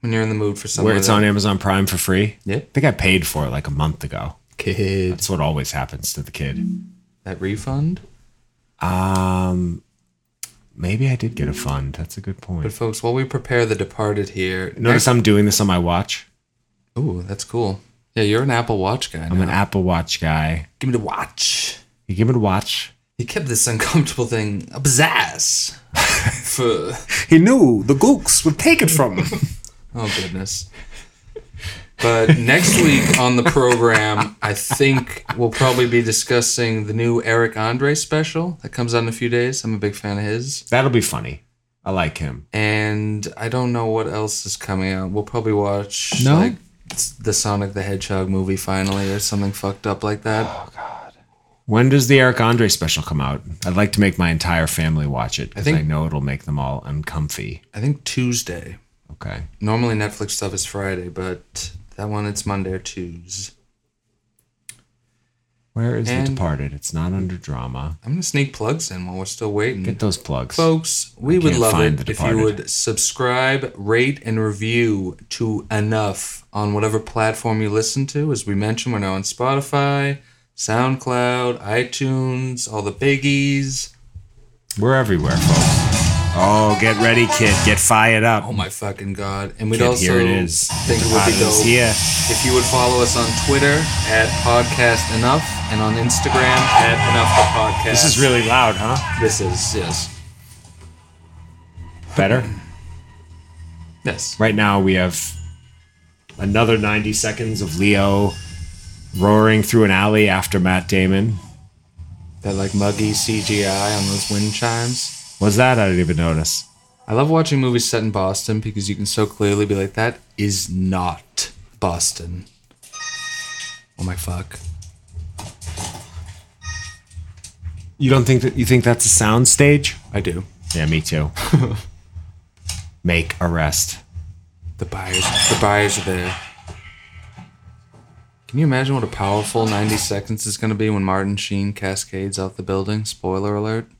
S4: when you're in the mood for something.
S5: Where it's on Amazon Prime for free.
S4: Yeah.
S5: I think I paid for it like a month ago.
S4: Kid.
S5: That's what always happens to the kid.
S4: That refund.
S5: Um, maybe I did get a fund. That's a good
S4: But
S5: point.
S4: folks, while we prepare the Departed here,
S5: Notice I'm doing this on my watch.
S4: Ooh, that's cool. Yeah, you're an Apple Watch guy.
S5: I'm
S4: now.
S5: an Apple Watch guy.
S4: Give me the watch.
S5: You give it a watch.
S4: He kept this uncomfortable thing up his ass. for
S13: He knew the gooks would take it from him.
S4: oh goodness. But next week on the program, I think we'll probably be discussing the new Eric Andre special that comes out in a few days. I'm a big fan of his.
S5: That'll be funny. I like him.
S4: And I don't know what else is coming out. We'll probably watch
S5: No?
S4: like the Sonic the Hedgehog movie finally or something fucked up like that.
S5: When does the Eric Andre special come out? I'd like to make my entire family watch it because
S4: think-
S5: I know it'll make them all uncomfy.
S4: I think Tuesday.
S5: Okay.
S4: Normally Netflix stuff is Friday, but that one it's Monday or Tuesday.
S5: Where is
S4: And-
S5: The Departed? It's not under drama.
S4: I'm gonna sneak plugs in while we're still waiting.
S5: Get those plugs.
S4: Folks, we
S5: I
S4: would
S5: can't
S4: love
S5: find
S4: it
S5: The
S4: if you
S5: Departed.
S4: would subscribe, rate, and review to Enough on whatever platform you listen to. As we mentioned, we're now on Spotify, SoundCloud, iTunes, all the biggies.
S5: We're everywhere, folks. Oh, get ready, kid. Get fired up.
S4: Oh my fucking god! And we'd
S5: Kid,
S4: also
S5: here it is.
S4: think it would be
S5: Departed is
S4: dope
S5: here.
S4: if you would follow us on Twitter at Podcast Enough and on Instagram at Enough the Podcast.
S5: This is really loud, huh?
S4: This is yes,
S5: Better.
S4: yes.
S5: Right now, we have another 90 seconds of Leo roaring through an alley after Matt Damon.
S4: That like muggy CGI on those wind chimes.
S5: Was that? I didn't even notice.
S4: I love watching movies set in Boston because you can so clearly be like, that is not Boston. Oh my fuck.
S5: You don't think that you think that's a sound stage?
S4: I do.
S5: Yeah, me too. Make arrest.
S4: The buyers the buyers are there. Can you imagine what a powerful 90 seconds is gonna be when Martin Sheen cascades out the building? Spoiler alert.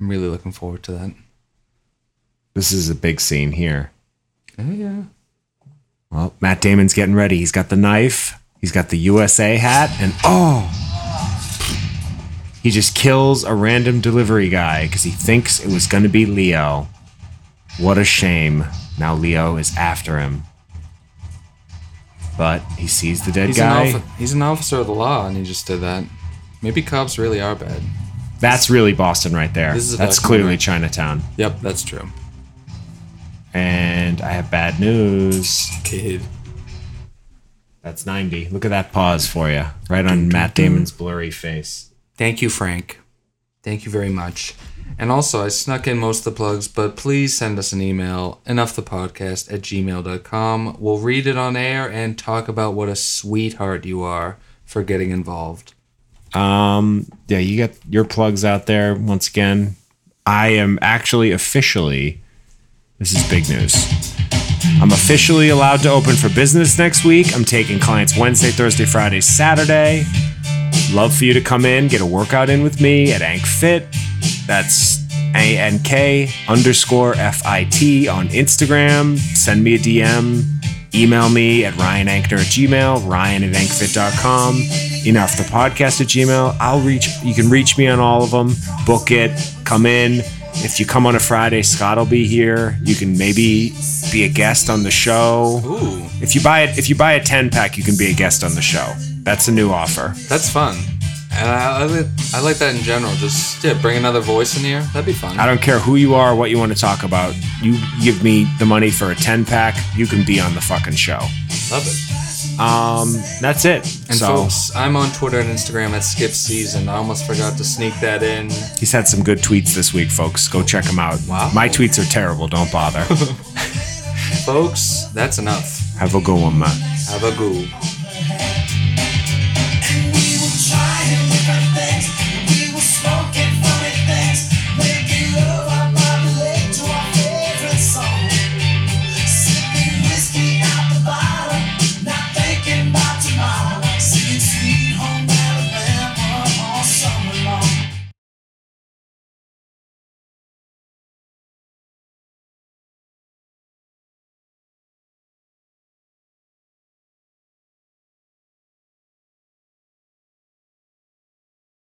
S4: I'm really looking forward to that.
S5: This is a big scene here. Oh,
S4: Yeah, yeah.
S5: Well, Matt Damon's getting ready. He's got the knife, he's got the USA hat, and oh! He just kills a random delivery guy because he thinks it was going to be Leo. What a shame. Now Leo is after him. But he sees the dead
S4: He's an,
S5: guy.
S4: alpha, he's an officer of the law and he just did that. Maybe cops really are bad.
S5: That's really Boston right there.
S4: This is a
S5: That's
S4: documentary.
S5: clearly Chinatown.
S4: Yep, that's true.
S5: And I have bad news.
S4: Kid.
S5: That's 90. Look at that pause for you. Right on Matt Damon's blurry face.
S4: Thank you, Frank. Thank you very much. And also, I snuck in most of the plugs, but please send us an email, enoughthepodcast at gmail.com. We'll read it on air and talk about what a sweetheart you are for getting involved.
S5: Um, yeah, you got your plugs out there once again. I am actually officially, this is big news. I'm officially allowed to open for business next week. I'm taking clients Wednesday, Thursday, Friday, Saturday. Love for you to come in, get a workout in with me at Ank Fit. That's A N K underscore F I T on Instagram. Send me a DM. Email me at ryankner at gmail, ryan at ankfit.com, enough the podcast at gmail. I'll reach, you can reach me on all of them. Book it, come in. If you come on a Friday, Scott will be here. You can maybe be a guest on the show.
S4: Ooh,
S5: If you buy it, if you buy a 10 pack, you can be a guest on the show. That's a new offer.
S4: that's fun. And I, I, li- I like that in general. Just yeah, bring another voice in here. That'd be fun.
S5: I don't care who you are, what you want to talk about. You give me the money for a 10 pack, you can be on the fucking show.
S4: love it.
S5: Um, that's it.
S4: And
S5: so
S4: folks, I'm on Twitter and Instagram at Skip Season. I almost forgot to sneak that in.
S5: he's had some good tweets this week, folks. Go check him out.
S4: Wow.
S5: My tweets are terrible. Don't bother.
S4: Folks, that's enough.
S5: Have a good one, man.
S4: Have a goo.